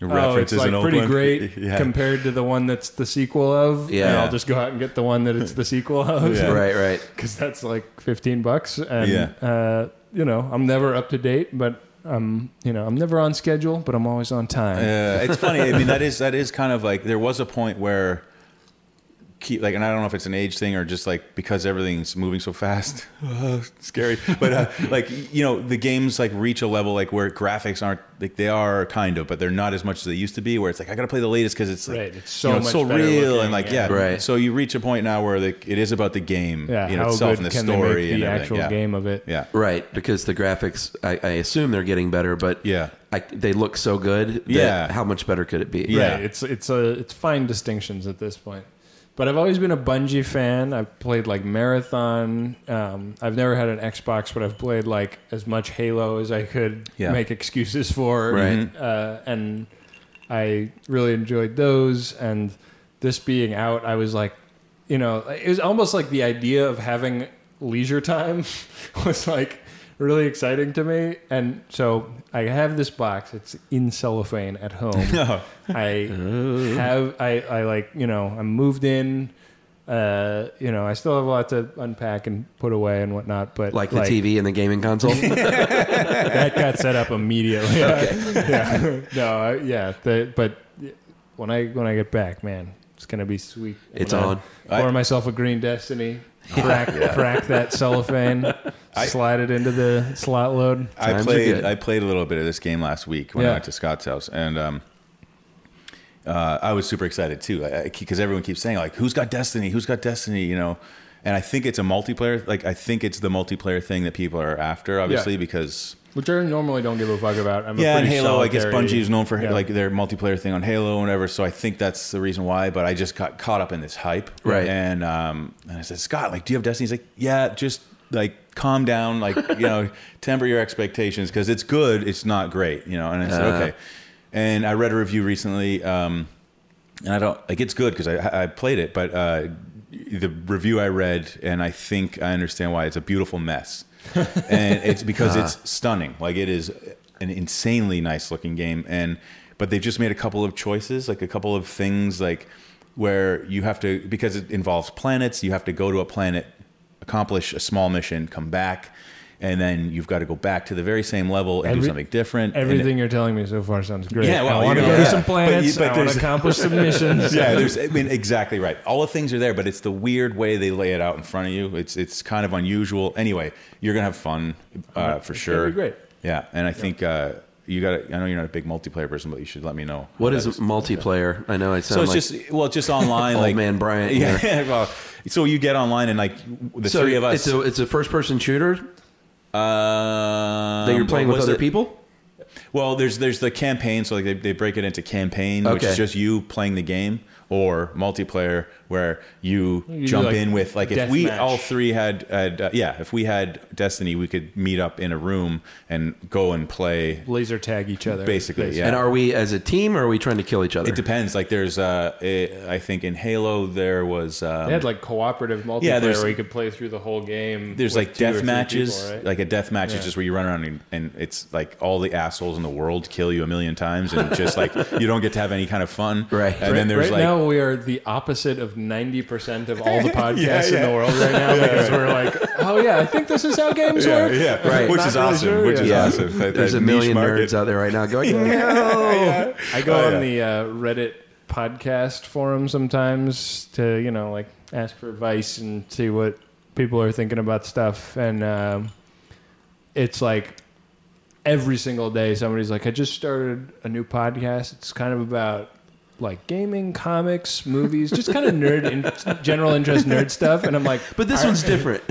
A: Your
B: oh, it's like
A: an
B: pretty
A: open- [laughs]
B: great
A: yeah.
B: compared to the one that's the sequel of.
C: Yeah.
B: And I'll just go out and get the one that it's the sequel
A: [laughs]
B: of.
A: Yeah.
B: [laughs]
C: Right, right.
B: Because that's like 15 bucks. And,
A: Yeah.
B: uh, you know, I'm never up to date, but I'm, you know, I'm never on schedule, but I'm always on time.
A: Yeah, Uh, it's funny. I mean, that is that is kind of like there was a point where, keep like, and I don't know if it's an age thing or just like because everything's moving so fast, [laughs] scary. But uh, like you know, the games like reach a level like where graphics aren't like they are kind of, but they're not as much as they used to be. Where it's like I got to play the latest because it's like
B: Right, it's so
A: you know,
B: much
A: so
B: better
A: real
B: looking,
A: and like
B: yeah.
A: yeah.
C: Right.
A: So you reach a point now where like it is about the game,
B: Yeah,
A: you know,
B: how
A: itself
B: good
A: and the
B: can
A: story
B: they make
A: and
B: the
A: everything.
B: actual
A: yeah.
B: game of it?
A: Yeah. [laughs]
C: Right, because the graphics, I, I assume they're getting better, but
A: Yeah.
C: I, they look so good. that
A: Yeah.
C: how much better could it be?
A: Yeah.
B: Right. It's it's a it's fine distinctions at this point. But I've always been a Bungie fan. I've played like Marathon. Um, I've never had an Xbox, but I've played like as much Halo as I could
A: Yeah.
B: make excuses for.
C: Right.
B: Uh, and I really enjoyed those. And this being out, I was like, you know, it was almost like the idea of having leisure time [laughs] was like really exciting to me. And so I have this box. It's in cellophane at home. I
C: Oh.
B: have I, I like you know I'm moved in. Uh, you know I still have a lot to unpack and put away and whatnot, but
C: Like the TV and the
A: [laughs]
C: gaming console.
B: that got set up
C: [laughs]
B: immediately. [laughs] yeah, no, I, yeah, the, but when I when I get back, man, it's gonna be sweet.
C: It's
B: When I
C: on.
B: Pour
A: I-
B: myself a green
C: [laughs]
B: destiny. Crack, crack that cellophane, slide it into the slot load.
A: I
C: Times are
A: played
C: good.
A: I played a little bit of this game last week when
B: Yeah.
A: I went to Scott's house, and um, uh, I was super excited too because everyone keeps saying like, "Who's got Destiny? Who's got Destiny?" You know, and I think it's a multiplayer. Like, I think it's the multiplayer thing that people are after, obviously, because
B: Which I normally don't give a fuck about. I'm
A: yeah,
B: a
A: and
B: pretty
A: Halo, I guess
B: solitary-
A: Bungie is known for
B: Yeah.
A: like their multiplayer thing on Halo and whatever. So I think that's the reason why. But I just got caught up in this hype,
C: Right.
A: And um, and I said, Scott, like, do you have Destiny? He's like, Yeah, just like calm down, like you know, [laughs] temper your expectations because it's good, it's not great, you know. And I said,
C: Uh.
A: Okay. And I read a review recently. Um, and I don't like it's good because I, I played it, but uh, the review I read, and I think I understand why it's a beautiful
B: [laughs]
A: mess, and it's because
B: Ah.
A: it's stunning. Like it is an insanely nice looking game, and but they've just made a couple of choices, like a couple of things, like where you have to because it involves planets, you have to go to a planet, accomplish a small mission, come back. And then you've got to go back to the very same level and do
B: Every-
A: something different. and it-
B: Everything you're telling me so far sounds great.
A: Yeah, well,
B: I
A: you
B: want to
A: know,
B: go to
A: yeah.
B: some
A: But you-
B: planets.
A: but
B: I want
A: there's-
B: to
A: [laughs]
B: accomplish some missions.
A: yeah, there's, I mean, exactly right. All the things are there, but it's the weird way they lay it out in front of you. It's it's kind of unusual. Anyway, you're gonna have fun uh, for
B: Mm-hmm. gonna
A: sure.
B: be great.
A: Yeah, and I think uh, you got. to I know you're not a big multiplayer person, but you should let me know.
C: what
A: how
C: is
A: that
C: multiplayer? I know I
A: So
C: sound
A: it's
C: like
A: just well, it's just online.
C: [laughs] old
A: like
C: man Bryant.
A: Yeah.
C: here.
A: [laughs] well, so you get online and like the
C: So
A: three of us.
C: It's a, it's a first person shooter
A: um,
C: that you're playing with
A: was
C: other
A: it-
C: people.
A: Well, there's there's the campaign, so like they, they break it into campaign, which
C: Okay.
A: is just you playing the game, or multiplayer where you, jump
B: like
A: in with like if we
B: deathmatch.
A: all three had, had uh, yeah, if we had Destiny, we could meet up in a room and go and play.
B: Laser tag each other.
A: Basically, yeah.
C: And are we as a team or are we trying to kill each other?
A: It depends. Like there's uh, eh, I think in Halo there was um,
B: They had like cooperative multiplayer
A: there's-
B: where you could play through the whole game.
A: there's
B: with
A: like
B: two or
A: death
B: three
A: matches.
B: people, right?
A: Like a death match
B: Yeah.
A: is just where you run around and, and it's like all the assholes in the world kill you a million times and just
B: [laughs]
A: like you don't get to have any kind of fun.
C: Right.
A: And then there's like
B: right now we are the opposite of 90%
A: [laughs]
B: of all the podcasts
A: yeah.
B: in the world right now because we're like, oh yeah, I think this is how games work.
A: [laughs] yeah,
C: Right.
A: Which
C: Not
A: is
B: really
A: awesome.
B: sure,
A: which is
C: yeah.
A: awesome. That-
C: There's
A: that
C: a million
A: [laughs] niche market.
C: nerds out there right now going, no.
B: I go
A: Oh,
B: on the uh, Reddit podcast forum sometimes to you know like ask for advice and see what people are thinking about stuff and um, it's like every single day somebody's like i just started a new podcast it's kind of about like gaming comics movies just kind of nerd in, general interest nerd stuff and i'm like
C: But this
B: I-
C: one's
A: [laughs]
C: different.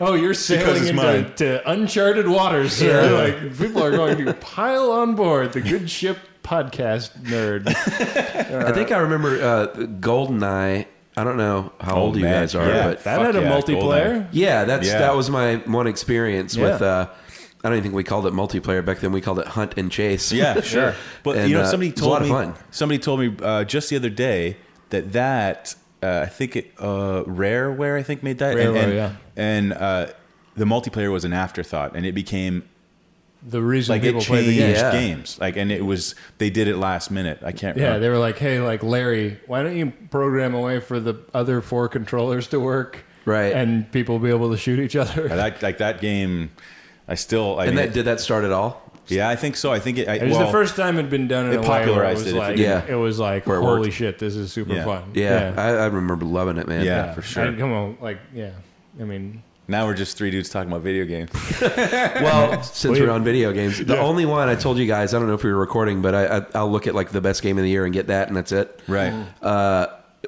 B: oh you're
A: it's
B: sailing
A: mine.
B: into to uncharted waters sir like people are going to pile on board the good ship podcast
A: [laughs]
B: nerd
C: I think I remember uh, Goldeneye. I don't know how old you
A: man.
C: guys are,
A: Yeah.
C: but
A: That had a multiplayer?
C: yeah, that's
A: Yeah.
C: that was my one experience with.
B: Yeah.
C: Uh, I don't even think we called it multiplayer back then. We called it hunt and chase. [laughs]
A: Yeah, sure. But
C: And,
A: you know,
C: uh,
A: somebody
C: it's
A: told
C: a lot
A: me
C: of fun.
A: somebody told me uh, just the other day that that uh, I think it uh, Rareware I think made that and,
B: Rareware,
A: and,
B: yeah.
A: and uh, the multiplayer was an afterthought and it became
B: the reason
A: like
B: people
A: it
B: play the
A: changed
B: game
C: Yeah.
A: games like and it was they did it last minute. I can't
B: Yeah,
A: remember.
B: they were like, "Hey, like Larry, why don't you program a way for the other four controllers to work,
C: Right.
B: And people be able to shoot each other."
A: That, like that game, I still I
C: And
A: mean,
C: that did that start at all?
A: yeah I think so. I think it, I,
B: [laughs] It was
A: well,
B: the first time it'd been done in
A: They
B: a way where it
A: popularized
B: was
A: it, if it
B: like,
C: didn't-
B: it was like,
C: Where it
B: "Holy
C: worked.
B: shit, this is super
A: Yeah.
B: fun!"
C: Yeah, I, I remember loving it, man.
A: Yeah, for sure.
B: I- come on, like, yeah. I mean,
A: Now we're just three dudes talking about video
C: [laughs]
A: games.
C: Well, since
B: Well,
C: we're on video games, the only one I told you guys, I don't know if we were recording, but I, I, I'll look at like the best game of the year and get that, and that's it.
A: Right.
C: Uh,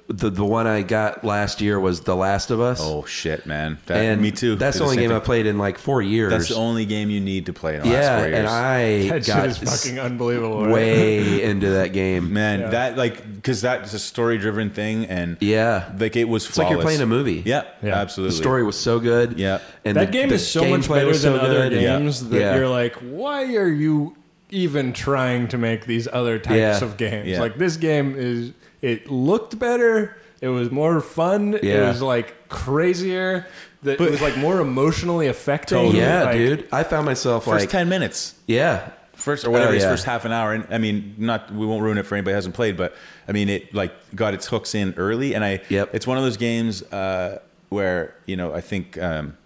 C: the the one I got last year was The Last of Us.
A: Oh shit, man. That,
C: and
A: me too.
C: That's
A: Did
C: the only
A: same
C: game I
A: thing.
C: played in like four years.
A: That's the only game you need to play in the last
C: yeah,
A: four years.
C: and I
B: that
C: got
B: shit is fucking unbelievable. right?
C: way into that game.
A: Man, that like because that's a story driven thing, and
C: Yeah,
A: like it was
C: It's like you're
A: flawless.
C: playing a movie.
A: Yeah,
B: Yeah.
C: the
A: absolutely.
C: story was so good.
A: Yeah.
C: and
B: That
C: the-
B: game
C: the
B: is so much
C: gameplay
B: better
C: was so
B: than other
C: good. Yeah.
B: games that
C: Yeah.
B: you're like, why are you even trying to make these other types
C: Yeah.
B: of games?
A: Yeah.
B: Like this game is it looked better, it was more fun, it
C: Yeah.
B: was like crazier, that it was like more emotionally affecting.
C: Yeah,
B: Like,
C: dude. I found myself
A: first
C: like,
A: ten minutes,
C: yeah,
A: first or whatever,
C: Oh,
A: it's
C: yeah.
A: first half an hour. And I mean, not we won't ruin it for anybody who hasn't played, but I mean, it like got its hooks in early, and I.
C: Yep.
A: It's one of those games uh, where you know I think. Um,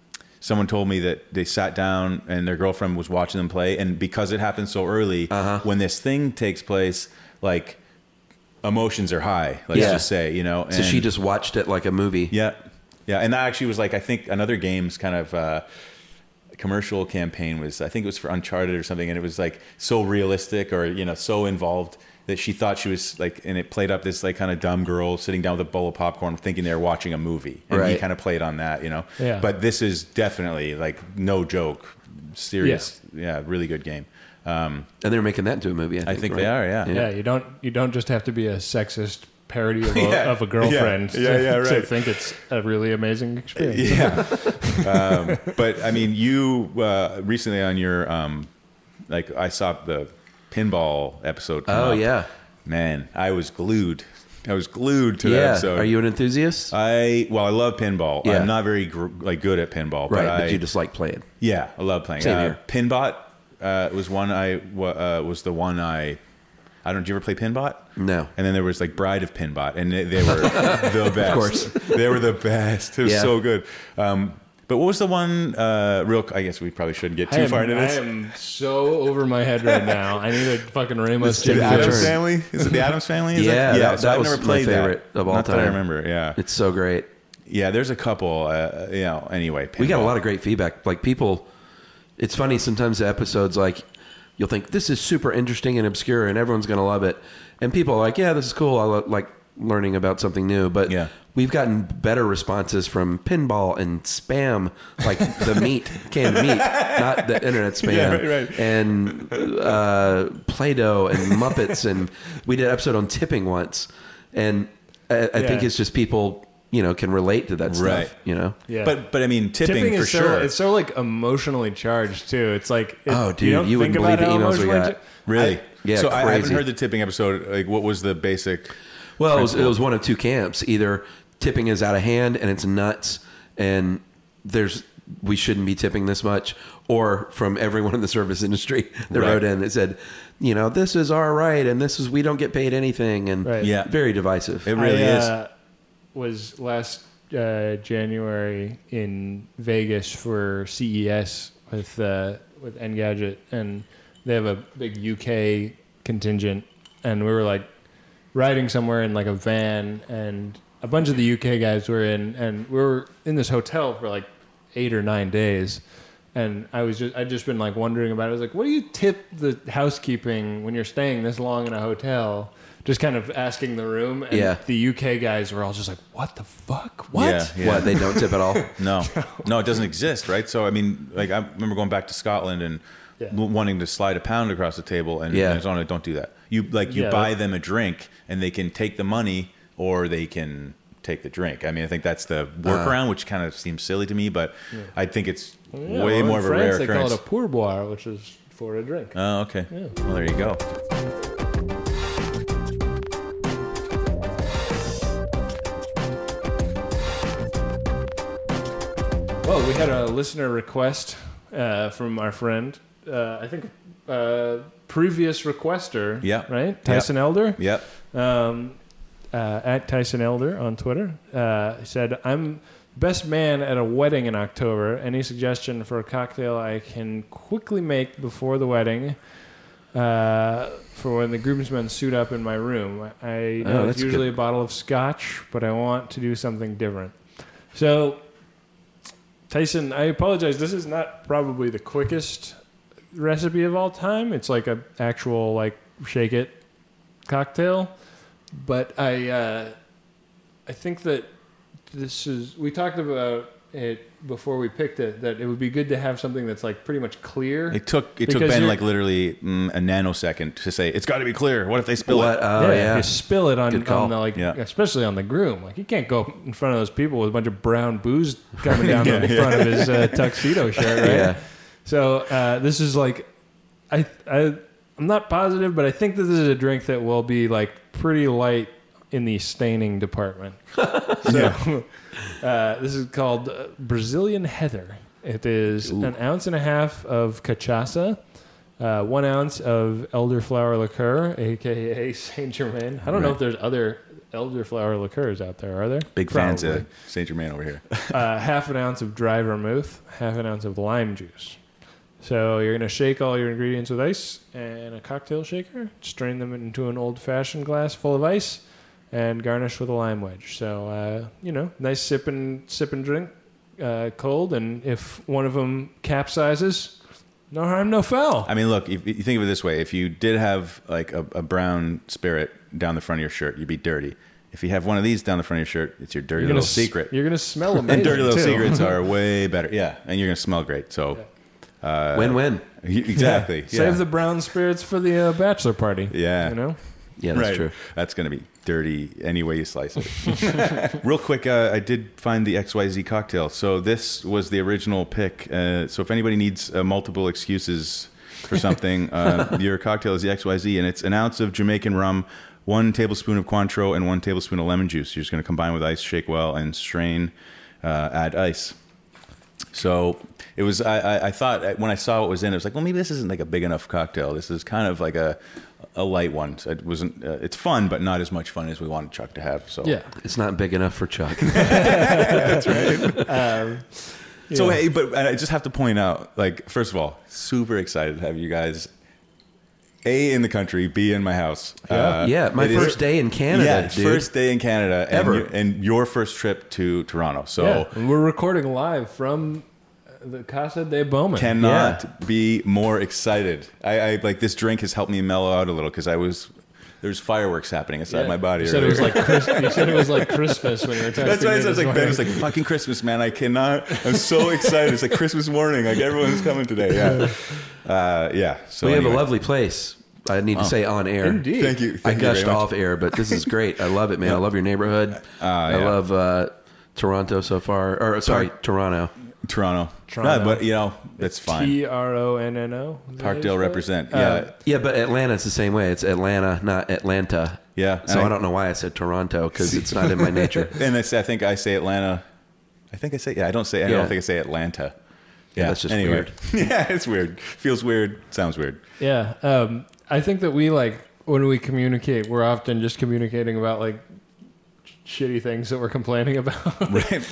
A: Someone told me that they sat down and their girlfriend was watching them play, and because it happened so early,
C: Uh-huh.
A: when this thing takes place, like emotions are high. Let's
C: Yeah.
A: just say, you know.
C: So she
A: and-
C: just watched it like a movie.
A: Yeah, yeah, and that actually was like I think another game's kind of uh, commercial campaign was I think it was for Uncharted or something, and it was like so realistic or you know so involved that she thought she was like, and it played up this like kind of dumb girl sitting down with a bowl of popcorn, thinking they were watching a movie, and he
C: Right.
A: kind of played on that, you know.
B: Yeah.
A: But this is definitely like no joke, serious, yeah, really good game. Um,
C: and they're making that into a movie. I think,
A: I think
C: right?
A: they are, yeah.
B: Yeah, you don't you don't just have to be a sexist parody
C: [laughs]
B: of a,
A: Yeah.
B: of a girlfriend
A: Yeah. Yeah,
B: to,
A: yeah,
B: [laughs] to
A: right.
B: think it's a really
A: [laughs]
B: amazing experience.
A: yeah. um, but I mean, you uh, recently on your um, like I saw the pinball episode. come
C: Oh
A: up.
C: yeah,
A: man, I was glued. I was glued to that
C: yeah.
A: episode.
C: Are you an enthusiast?
A: I well, I love pinball.
C: Yeah.
A: I'm not very gr- like good at pinball,
C: right,
A: but, I
C: but you just like playing.
A: yeah, I love playing.
C: Same
A: Uh,
C: here.
A: Pinbot uh, was one I wa- uh, was the one I. I don't. Did you ever play Pinbot?
C: No.
A: And then there was like Bride of Pinbot, and they, they were
C: [laughs]
A: the best. Of
C: course.
A: they were the best. It was
C: Yeah.
A: so good. Um, but what was the one? Uh, real. I guess we probably shouldn't get too
B: I am,
A: far into
B: I
A: this.
B: am so over my head right now. I need a fucking Ramos
A: the
C: take
B: chicken
C: a
A: Adams
C: turn.
A: Family? Is it the
C: [laughs]
A: Adams Family? Is
C: Yeah,
A: it? yeah.
C: that-
A: so
C: that
A: I've
C: was
A: never
C: my
A: played that.
C: favorite of all
A: Not That I
C: time.
A: remember. Yeah,
C: [laughs] It's so great.
A: yeah. There's a couple. Uh, you know. Anyway,
C: We got a
A: pinball.
C: lot of great feedback. Like people, it's funny sometimes the episodes like you'll think this is super interesting and obscure and everyone's gonna love it, and people are like, yeah, this is cool. I lo- like learning about something new, but
A: Yeah.
C: we've gotten better responses from pinball and spam, like the [laughs] meat canned meat, not the
A: [laughs]
C: internet spam,
A: right, right.
C: and uh, Play-Doh and Muppets, and we did an episode on tipping once, and I, I think
B: Yeah.
C: it's just people. You know, can relate to that stuff.
A: Right.
C: You know,
B: Yeah.
A: But but I mean, tipping,
B: tipping
A: for
B: is so,
A: sure.
B: It's so like emotionally charged too. It's like it-
C: Oh, dude,
B: you, don't
C: you
B: think
C: wouldn't
B: about
C: believe the
B: how
C: emails we
B: emotionally
C: got.
B: cha-
A: Really?
C: Yeah,
A: So I, I haven't
C: crazy.
A: heard the tipping episode. Like, what was the basic?
C: Well, it was, it was one of two camps. Either tipping is out of hand and it's nuts, and there's we shouldn't be tipping this much, or from everyone in the service industry [laughs] that
A: Right.
C: wrote in that said, you know, this is our right, and this is we don't get paid anything, and
B: Right.
A: Yeah.
C: very divisive.
A: It really
B: I,
A: is.
B: uh, was last uh, January in Vegas for CES with uh, with Engadget, and they have a big UK contingent, and we were like, riding somewhere in like a van, and a bunch of the UK guys were in, and we were in this hotel for like eight or nine days. And I was just, I'd just been like wondering about it. I was like, what do you tip the housekeeping when you're staying this long in a hotel? Just kind of asking the room. And
C: Yeah.
B: the UK guys were all just like, what the fuck? What?
A: Yeah, yeah.
C: What they don't tip
A: [laughs]
C: at all.
B: [laughs]
A: No, no, it doesn't exist, right? So I mean, like I remember going back to Scotland and
B: Yeah.
A: w- wanting to slide a pound across the table, and
C: Yeah.
A: yeah. Arizona don't do that. You like you
B: Yeah,
A: buy
B: that-
A: them a drink, and they can take the money or they can take the drink. I mean, I think that's the
B: Ah.
A: workaround, which kind of seems silly to me, but I think it's
B: Oh, Yeah, well,
A: way
B: in
A: more of a
B: France,
A: rare
B: They
A: occurrence.
B: call it a pourboire, which is for a drink.
A: oh, okay. Well, there you go.
B: Well, we had a listener request uh, from our friend. Uh, I think uh, previous requester.
A: Yeah.
B: Right, Tyson Elder.
A: Yep.
B: Um, uh, at Tyson Elder on Twitter uh, he said, "I'm best man at a wedding in October. Any suggestion for a cocktail I can quickly make before the wedding?" Uh, for when the groomsmen suit up in my room, I know
C: Oh,
B: it's
C: that's
B: usually a bottle of scotch, but I want to do something different. So Tyson, I apologize. This is not probably the quickest recipe of all time. It's like a actual like shake it cocktail, but I uh, I think that this is we talked about it before we picked it that it would be good to have something that's like pretty much clear.
A: It took it took
B: Because
A: Ben
B: you're-
A: like literally mm, a nanosecond to say it's got to be clear. What if they spill
C: What?
A: it?
C: Oh
B: if
C: yeah.
B: you spill it on,
C: Good call.
B: on the like,
A: Yeah.
B: especially on the groom. Like you can't go in front of those people with a bunch of brown booze
C: [laughs]
B: coming down the front of his uh, tuxedo shirt, right?
C: Yeah.
B: So uh, this is like, I, I I'm not positive, but I think that this is a drink that will be like pretty light in the staining department. [laughs] so [laughs] uh, this is called uh, Brazilian Heather. It is an ounce and a half of cachaça. Uh, one ounce of elderflower liqueur, aka [laughs] Saint Germain. I don't know
A: Right.
B: if there's other elderflower liqueurs out there, are there?
A: Big fans
B: Probably
A: of Saint Germain over here.
B: uh, half an ounce of dry vermouth, half an ounce of lime juice. So you're going to shake all your ingredients with ice and a cocktail shaker, strain them into an old fashioned glass full of ice, and garnish with a lime wedge. So, uh, you know, nice sip and, sip and drink, uh, cold. And if one of them capsizes, no harm, no foul.
A: I mean, look, if you think of it this way: if you did have like a, a brown spirit down the front of your shirt, you'd be dirty. If you have one of these down the front of your shirt, it's your dirty
B: gonna
A: little
B: s-
A: secret.
B: You're going
A: [laughs]
B: to smell amazing.
A: And dirty little
B: too. [laughs]
A: secrets are way better. Yeah, and you're gonna smell great. So
C: Win-win.
A: [laughs] exactly. Yeah.
B: Save the brown spirits for the uh, bachelor party.
A: Yeah.
B: [laughs] You know?
C: Yeah, that's
A: Right.
C: true.
A: That's gonna be dirty any way you slice it. [laughs] Real quick, uh, I did find the XYZ cocktail. So this was the original pick. Uh, so if anybody needs uh, multiple excuses for
C: [laughs]
A: something, uh, your cocktail is the XYZ, and it's an ounce of Jamaican rum, one tablespoon of Cointreau, and one tablespoon of lemon juice. You're just gonna combine with ice, shake well, and strain. Uh, add ice. So it was. I, I, I thought when I saw what was in, it was like, well, maybe this isn't like a big enough cocktail. This is kind of like a a light one. So it wasn't. Uh, it's fun, but not as much fun as we wanted Chuck to have. So
B: Yeah.
C: It's not big enough for Chuck.
A: So hey, but I just have to point out, like, first of all, super excited to have you guys. A in the country, B in my house. Yeah,
C: yeah, my first day in Canada,
A: Yeah,
C: dude.
A: first day in Canada and
C: Ever.
A: your- and your first trip to Toronto. So
B: Yeah, and we're recording live from uh, the Casa de Bowman.
A: cannot be more excited. I, I like this drink has helped me mellow out a little because I was there's fireworks happening inside
B: Yeah.
A: my body.
B: You said it
A: earlier.
B: was like Chris, you said it was like Christmas when you were
A: [laughs]
B: texting.
A: that's why
B: me
A: it sounds
B: this
A: like Ben
B: morning.
A: was like fucking Christmas, man. I cannot. I'm so excited. It's like Christmas morning. Like everyone's coming today. Yeah, uh, yeah. So
C: we have
A: anyway.
C: a lovely place. I need to say on air.
B: Indeed.
A: Thank you. Thank
C: I
A: you
C: gushed
A: very much.
C: off air, but [laughs] this is great. I love it, man. I love your neighborhood. I
A: yeah.
C: love uh, Toronto so far. Or sorry, Toronto.
A: Toronto.
B: Toronto.
A: No, but you know that's fine.
B: T Uh, R O N N O. Is that how you spell
A: Parkdale
B: it?
A: represent. yeah,
C: Yeah, but Atlanta it's the same way. It's Atlanta, not Atlanta.
A: Yeah,
C: So
A: and
C: I,
A: I-
C: don't know why I said Toronto because it's not in my [laughs] nature.
A: and I, say, I think I say Atlanta. I think I say yeah. I don't say. I
C: Yeah.
A: don't think I say Atlanta. Yeah,
C: that's just
A: anyway.
C: weird.
A: [laughs] yeah, it's weird. Feels weird. Sounds
B: [laughs]
A: weird.
B: Yeah. Um, I think that we like when we communicate, we're often just communicating about like shitty things that we're complaining about. [laughs]
A: Right.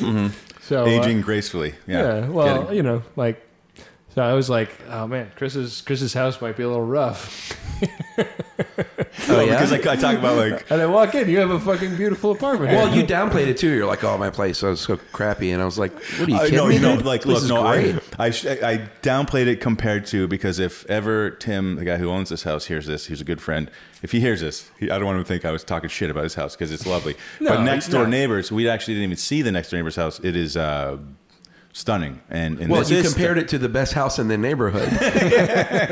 B: so uh,
A: Aging gracefully. Yeah.
B: yeah. Well,
A: Getting-
B: you know, like. So I was like, "Oh man, Chris's Chris's house might be a little rough."
A: Well,
C: yeah?
A: Because I, I talk about like,
B: And I walk in, you have a fucking beautiful apartment.
C: Well, you downplayed it too. You're like, "Oh, my place was so crappy," and I was like, "What are you
A: I-
C: kidding
A: no,
C: me? [laughs]
A: no,
C: dude?
A: like,
C: This
A: look,
C: is
A: no,
C: great."
A: I, I, sh- I downplayed it compared to because if ever Tim, the guy who owns this house, hears this, he's a good friend. If he hears this, he, I don't want him to think I was talking shit about his house because it's
C: [laughs]
A: lovely. but next door
B: no.
A: neighbors, we actually didn't even see the next door neighbor's house. It is uh, stunning, and, and
C: well,
A: this
C: you
A: is-
C: compared it to the best house in the neighborhood.
A: [laughs]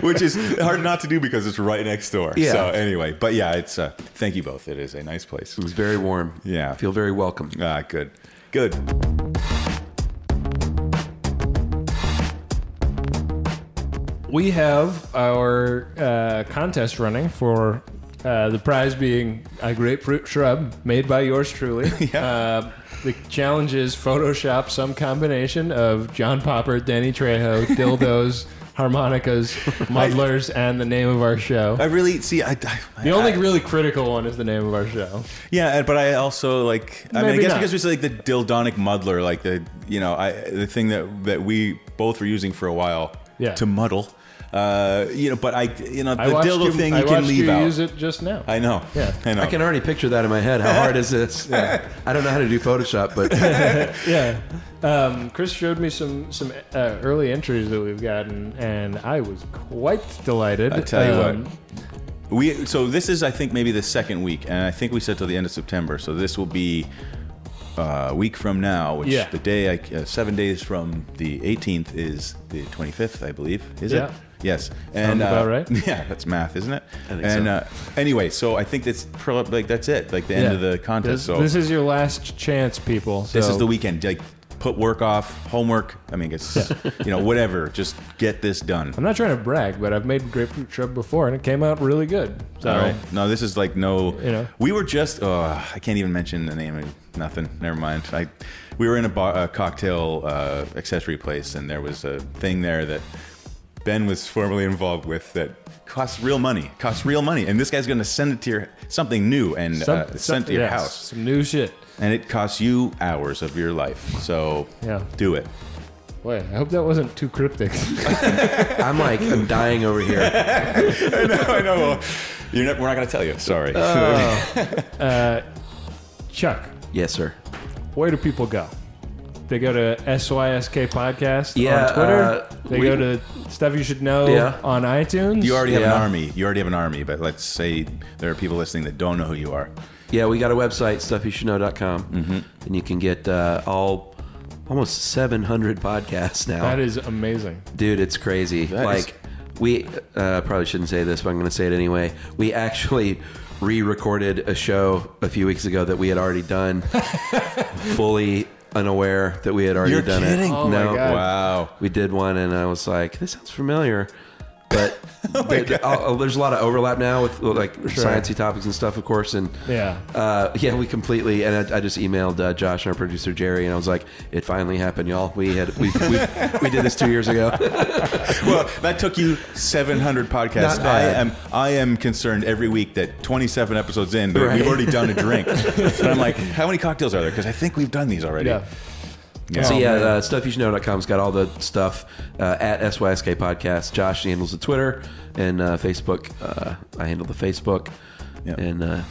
A: which is hard not to do because it's right next door.
C: Yeah.
A: So anyway, but yeah, it's uh, thank you both. It is a nice place.
C: It was very [laughs] warm.
A: Yeah.
C: feel very welcome.
A: Ah, good, good.
B: we have our uh, contest running for uh, the prize being a grapefruit shrub made by yours
A: [laughs]
B: truly. uh, the challenge is Photoshop some combination of John Popper,
A: [laughs]
B: Danny Trejo, dildos, harmonicas, muddlers, and the name of our show.
A: I really see. I, I
B: The only
A: I-
B: really critical one is the name of our show.
A: yeah, but I also like. I mean, I
B: Maybe
A: guess
B: not.
A: because we said like the dildonic muddler, like the you know, I the thing that that we both were using for a while
B: Yeah.
A: to muddle. Uh, you know, but I you know the
B: I watched
A: dildo
B: you,
A: thing
B: I
A: you can
B: watched
A: leave
B: you
A: out.
B: use it just now.
A: I know.
B: Yeah.
A: I know.
C: I can already picture that in my head. How hard is this? I don't know how to do Photoshop, but
B: [laughs] yeah. Um, Chris showed me some some uh, early entries that we've gotten, and I was quite delighted. Um,
A: I tell you what. We so this is I think maybe the second week, and I think we said till the end of September. So this will be uh, a week from now, which
B: Yeah.
A: the day I, uh, seven days from the 18th is the 25th, I believe. Is
B: Yeah.
A: it? Yes. uh,
B: Sounds about right.
A: [laughs] Yeah, that's math, isn't it? I
C: think
A: and
C: so.
A: uh, anyway, so I think that's pro- like that's it, like the end of the contest.
B: This,
A: so
B: this is your last chance, people.
A: this
B: so-
A: is the weekend. Like, put work off, homework. I mean, it's you know whatever. Just get this done.
B: I'm not trying to brag, but I've made grapefruit shrub before, and it came out really good. So
A: All right. No, this is like no.
B: You know?
A: We were just. Uh, I can't even mention the name. of Nothing. Never mind. I. We were in a, bar, a cocktail uh, accessory place, and there was a thing there that Ben was formerly involved with that costs real money. Costs real money, and this guy's going to send it to your something new and
B: some-
A: uh,
B: some-
A: sent to your
B: yes,
A: house,
B: Some new shit.
A: and it costs you hours of your life. So
B: Yeah.
A: do it. [laughs]
B: Wait, I hope that wasn't too cryptic. [laughs]
C: I'm like, I'm dying over here.
A: I know. You're not, we're not going to tell you. Sorry.
B: Chuck,
C: Yes, sir.
B: where do people go? They go to SYSK Podcast
C: Yeah,
B: on Twitter.
C: uh,
B: they
C: we-
B: go to Stuff You Should Know
C: Yeah.
B: on
A: [laughs]
B: iTunes.
A: you already have
C: Yeah.
A: an army. You already have an army, but let's say there are people listening that don't know who you are.
C: Yeah, we got a website, stuffyoushouldknow.com, mm-hmm. and you can get uh, all almost 700 podcasts now.
B: That is amazing.
C: Dude, it's crazy.
A: is-
C: like, we uh, probably shouldn't say this, but I'm going to say it anyway. We actually re recorded a show a few weeks ago that we had already done, fully unaware that we had already
A: You're
C: done
A: kidding.
C: it.
A: Oh
B: my
C: no,
B: God.
A: Wow.
C: we did one and I was like, this sounds familiar. But there- uh, there's a lot of overlap now with like sciencey topics and stuff, of course. And
B: Yeah.
C: uh, yeah, we completely. And I, I just emailed uh, Josh, our producer Jerry, and I was like, it finally happened, y'all. We had we we, we did this two years ago.
A: Well, that took you 700 podcasts.
C: Not
A: I
C: bad.
A: am I am concerned every week that 27 episodes in, but
C: Right.
A: we've already done a drink. and I'm like, how many cocktails are there? Because I think we've done these already.
B: Yeah. Um,
A: Yeah.
C: So yeah, uh, stuffyoushouldknow.com's got all the stuff uh, at SYSK Podcast. Josh handles the Twitter and uh, Facebook. Uh, I handle the Facebook,
A: Yeah.
C: and uh,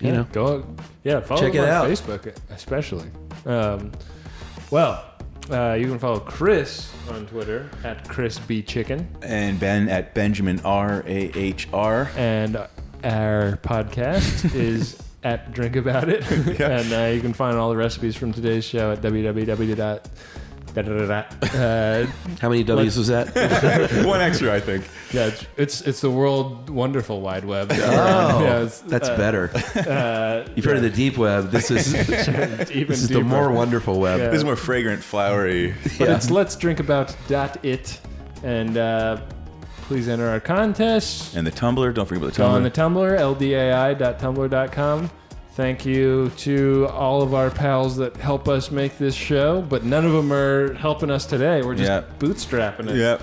C: you know,
B: go yeah follow
C: Check
B: them
C: it
B: on
C: out.
B: facebook especially um, well uh, you can follow chris on twitter at chris b chicken
A: And Ben at Benjamin R A H
B: [laughs]
A: R.
B: and our
C: [laughs]
B: podcast is at drink about it and uh, you can find all the recipes from today's show at www dot da, da, da, da. Uh,
C: how many W's was that?
A: One extra, I think.
B: yeah, it's- it's it's the world wonderful wide web. [laughs] uh, Oh,
C: That's better. You've heard of the deep web. This
A: [laughs]
C: is this
B: uh, even
C: is the
B: deeper.
C: more wonderful web.
B: Yeah.
A: This is more fragrant, flowery.
B: But it's let's drink about dot it, and uh, please enter our contest.
A: And the tumbler. Don't forget about the
B: Go on
A: tumbler.
B: the Tumblr, ldai.tumblr.com. Thank you to all of our pals that help us make this show, but none of them are helping us today. We're just
A: Yeah.
B: bootstrapping it.
A: yeah.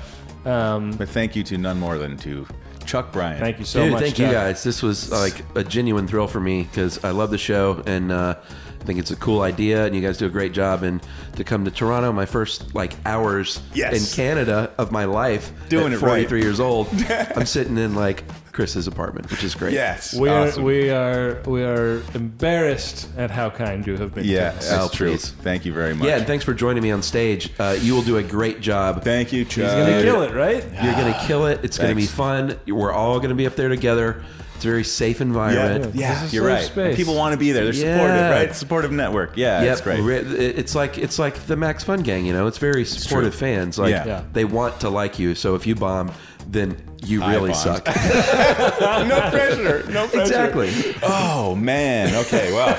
B: Um,
A: But thank you to none more than to Chuck Bryant.
B: thank you so
C: Dude,
B: much.
C: thank
B: Chuck.
C: you guys. This was like a genuine thrill for me because I love the show and uh, I think it's a cool idea and you guys do a great job. And to come to Toronto, my first like hours
A: Yes.
C: in Canada of my life,
A: Doing
C: at
A: it right. [laughs]
C: 43 years old, I'm sitting in like Chris's apartment, which is great.
A: Yes.
B: We
A: Awesome.
B: are we are we are embarrassed at how kind you have been. to
A: yeah,
B: us.
A: that's
C: Oh,
A: true.
C: please.
A: Thank you very much.
C: Yeah, and thanks for joining me on stage. Uh, you will do a great job.
A: Thank you, Chug.
B: he's gonna kill it, right?
C: You're going to kill it. It's going to be
A: Thanks.
C: fun. We're all going to be up there together. It's a very safe
A: Yeah,
C: environment.
A: yeah,
B: This is
A: you're
B: safe
A: right.
B: space.
A: And people want to be there. They're supportive,
C: Yeah.
A: right? Supportive network. Yeah,
C: Yep.
A: that's great.
C: Re- it- It's like it's like the Max Fun Gang, you know. It's very supportive
A: true.
C: fans. Like
A: Yeah. Yeah.
C: they want to like you. So if you bomb, then you
A: I
C: really
A: bombed. [laughs]
C: suck.
A: no pressure. No pressure.
C: exactly.
A: Oh man. Okay. Well,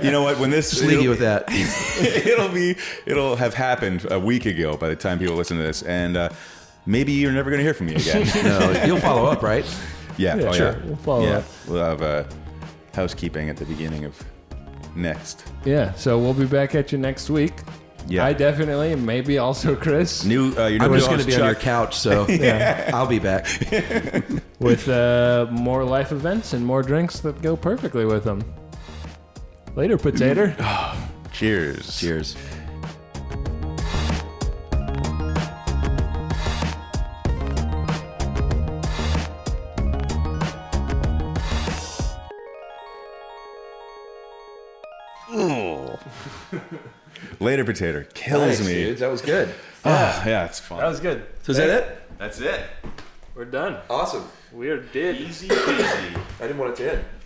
A: you know what? When this
C: Just leave you with that.
A: [laughs] it'll be it'll have happened a week ago by the time people listen to this, and uh, maybe you're never going to hear from me
C: [laughs]
A: again.
C: No, you'll follow up, right?
A: yeah. oh,
B: sure.
A: Yeah.
B: We'll follow
A: yeah.
B: up.
A: We'll have uh, housekeeping at the beginning of next.
B: Yeah. So we'll be back at you next week.
A: Yeah.
B: I definitely, and maybe also Chris
A: New. Uh, your new
C: I'm
A: host,
C: just going to be on your
A: Chuck. [laughs]
C: couch, so I'll be back.
B: with uh, more life events and more drinks that go perfectly with them. Later, potato.
A: Cheers.
C: Cheers.
A: Later, potato kills me.
C: That was good.
A: Ah, yeah, it's fun.
B: was good.
C: So is that it?
A: That's it.
B: We're done.
C: Awesome.
B: We are did.
A: Easy peasy.
C: I didn't want it to end.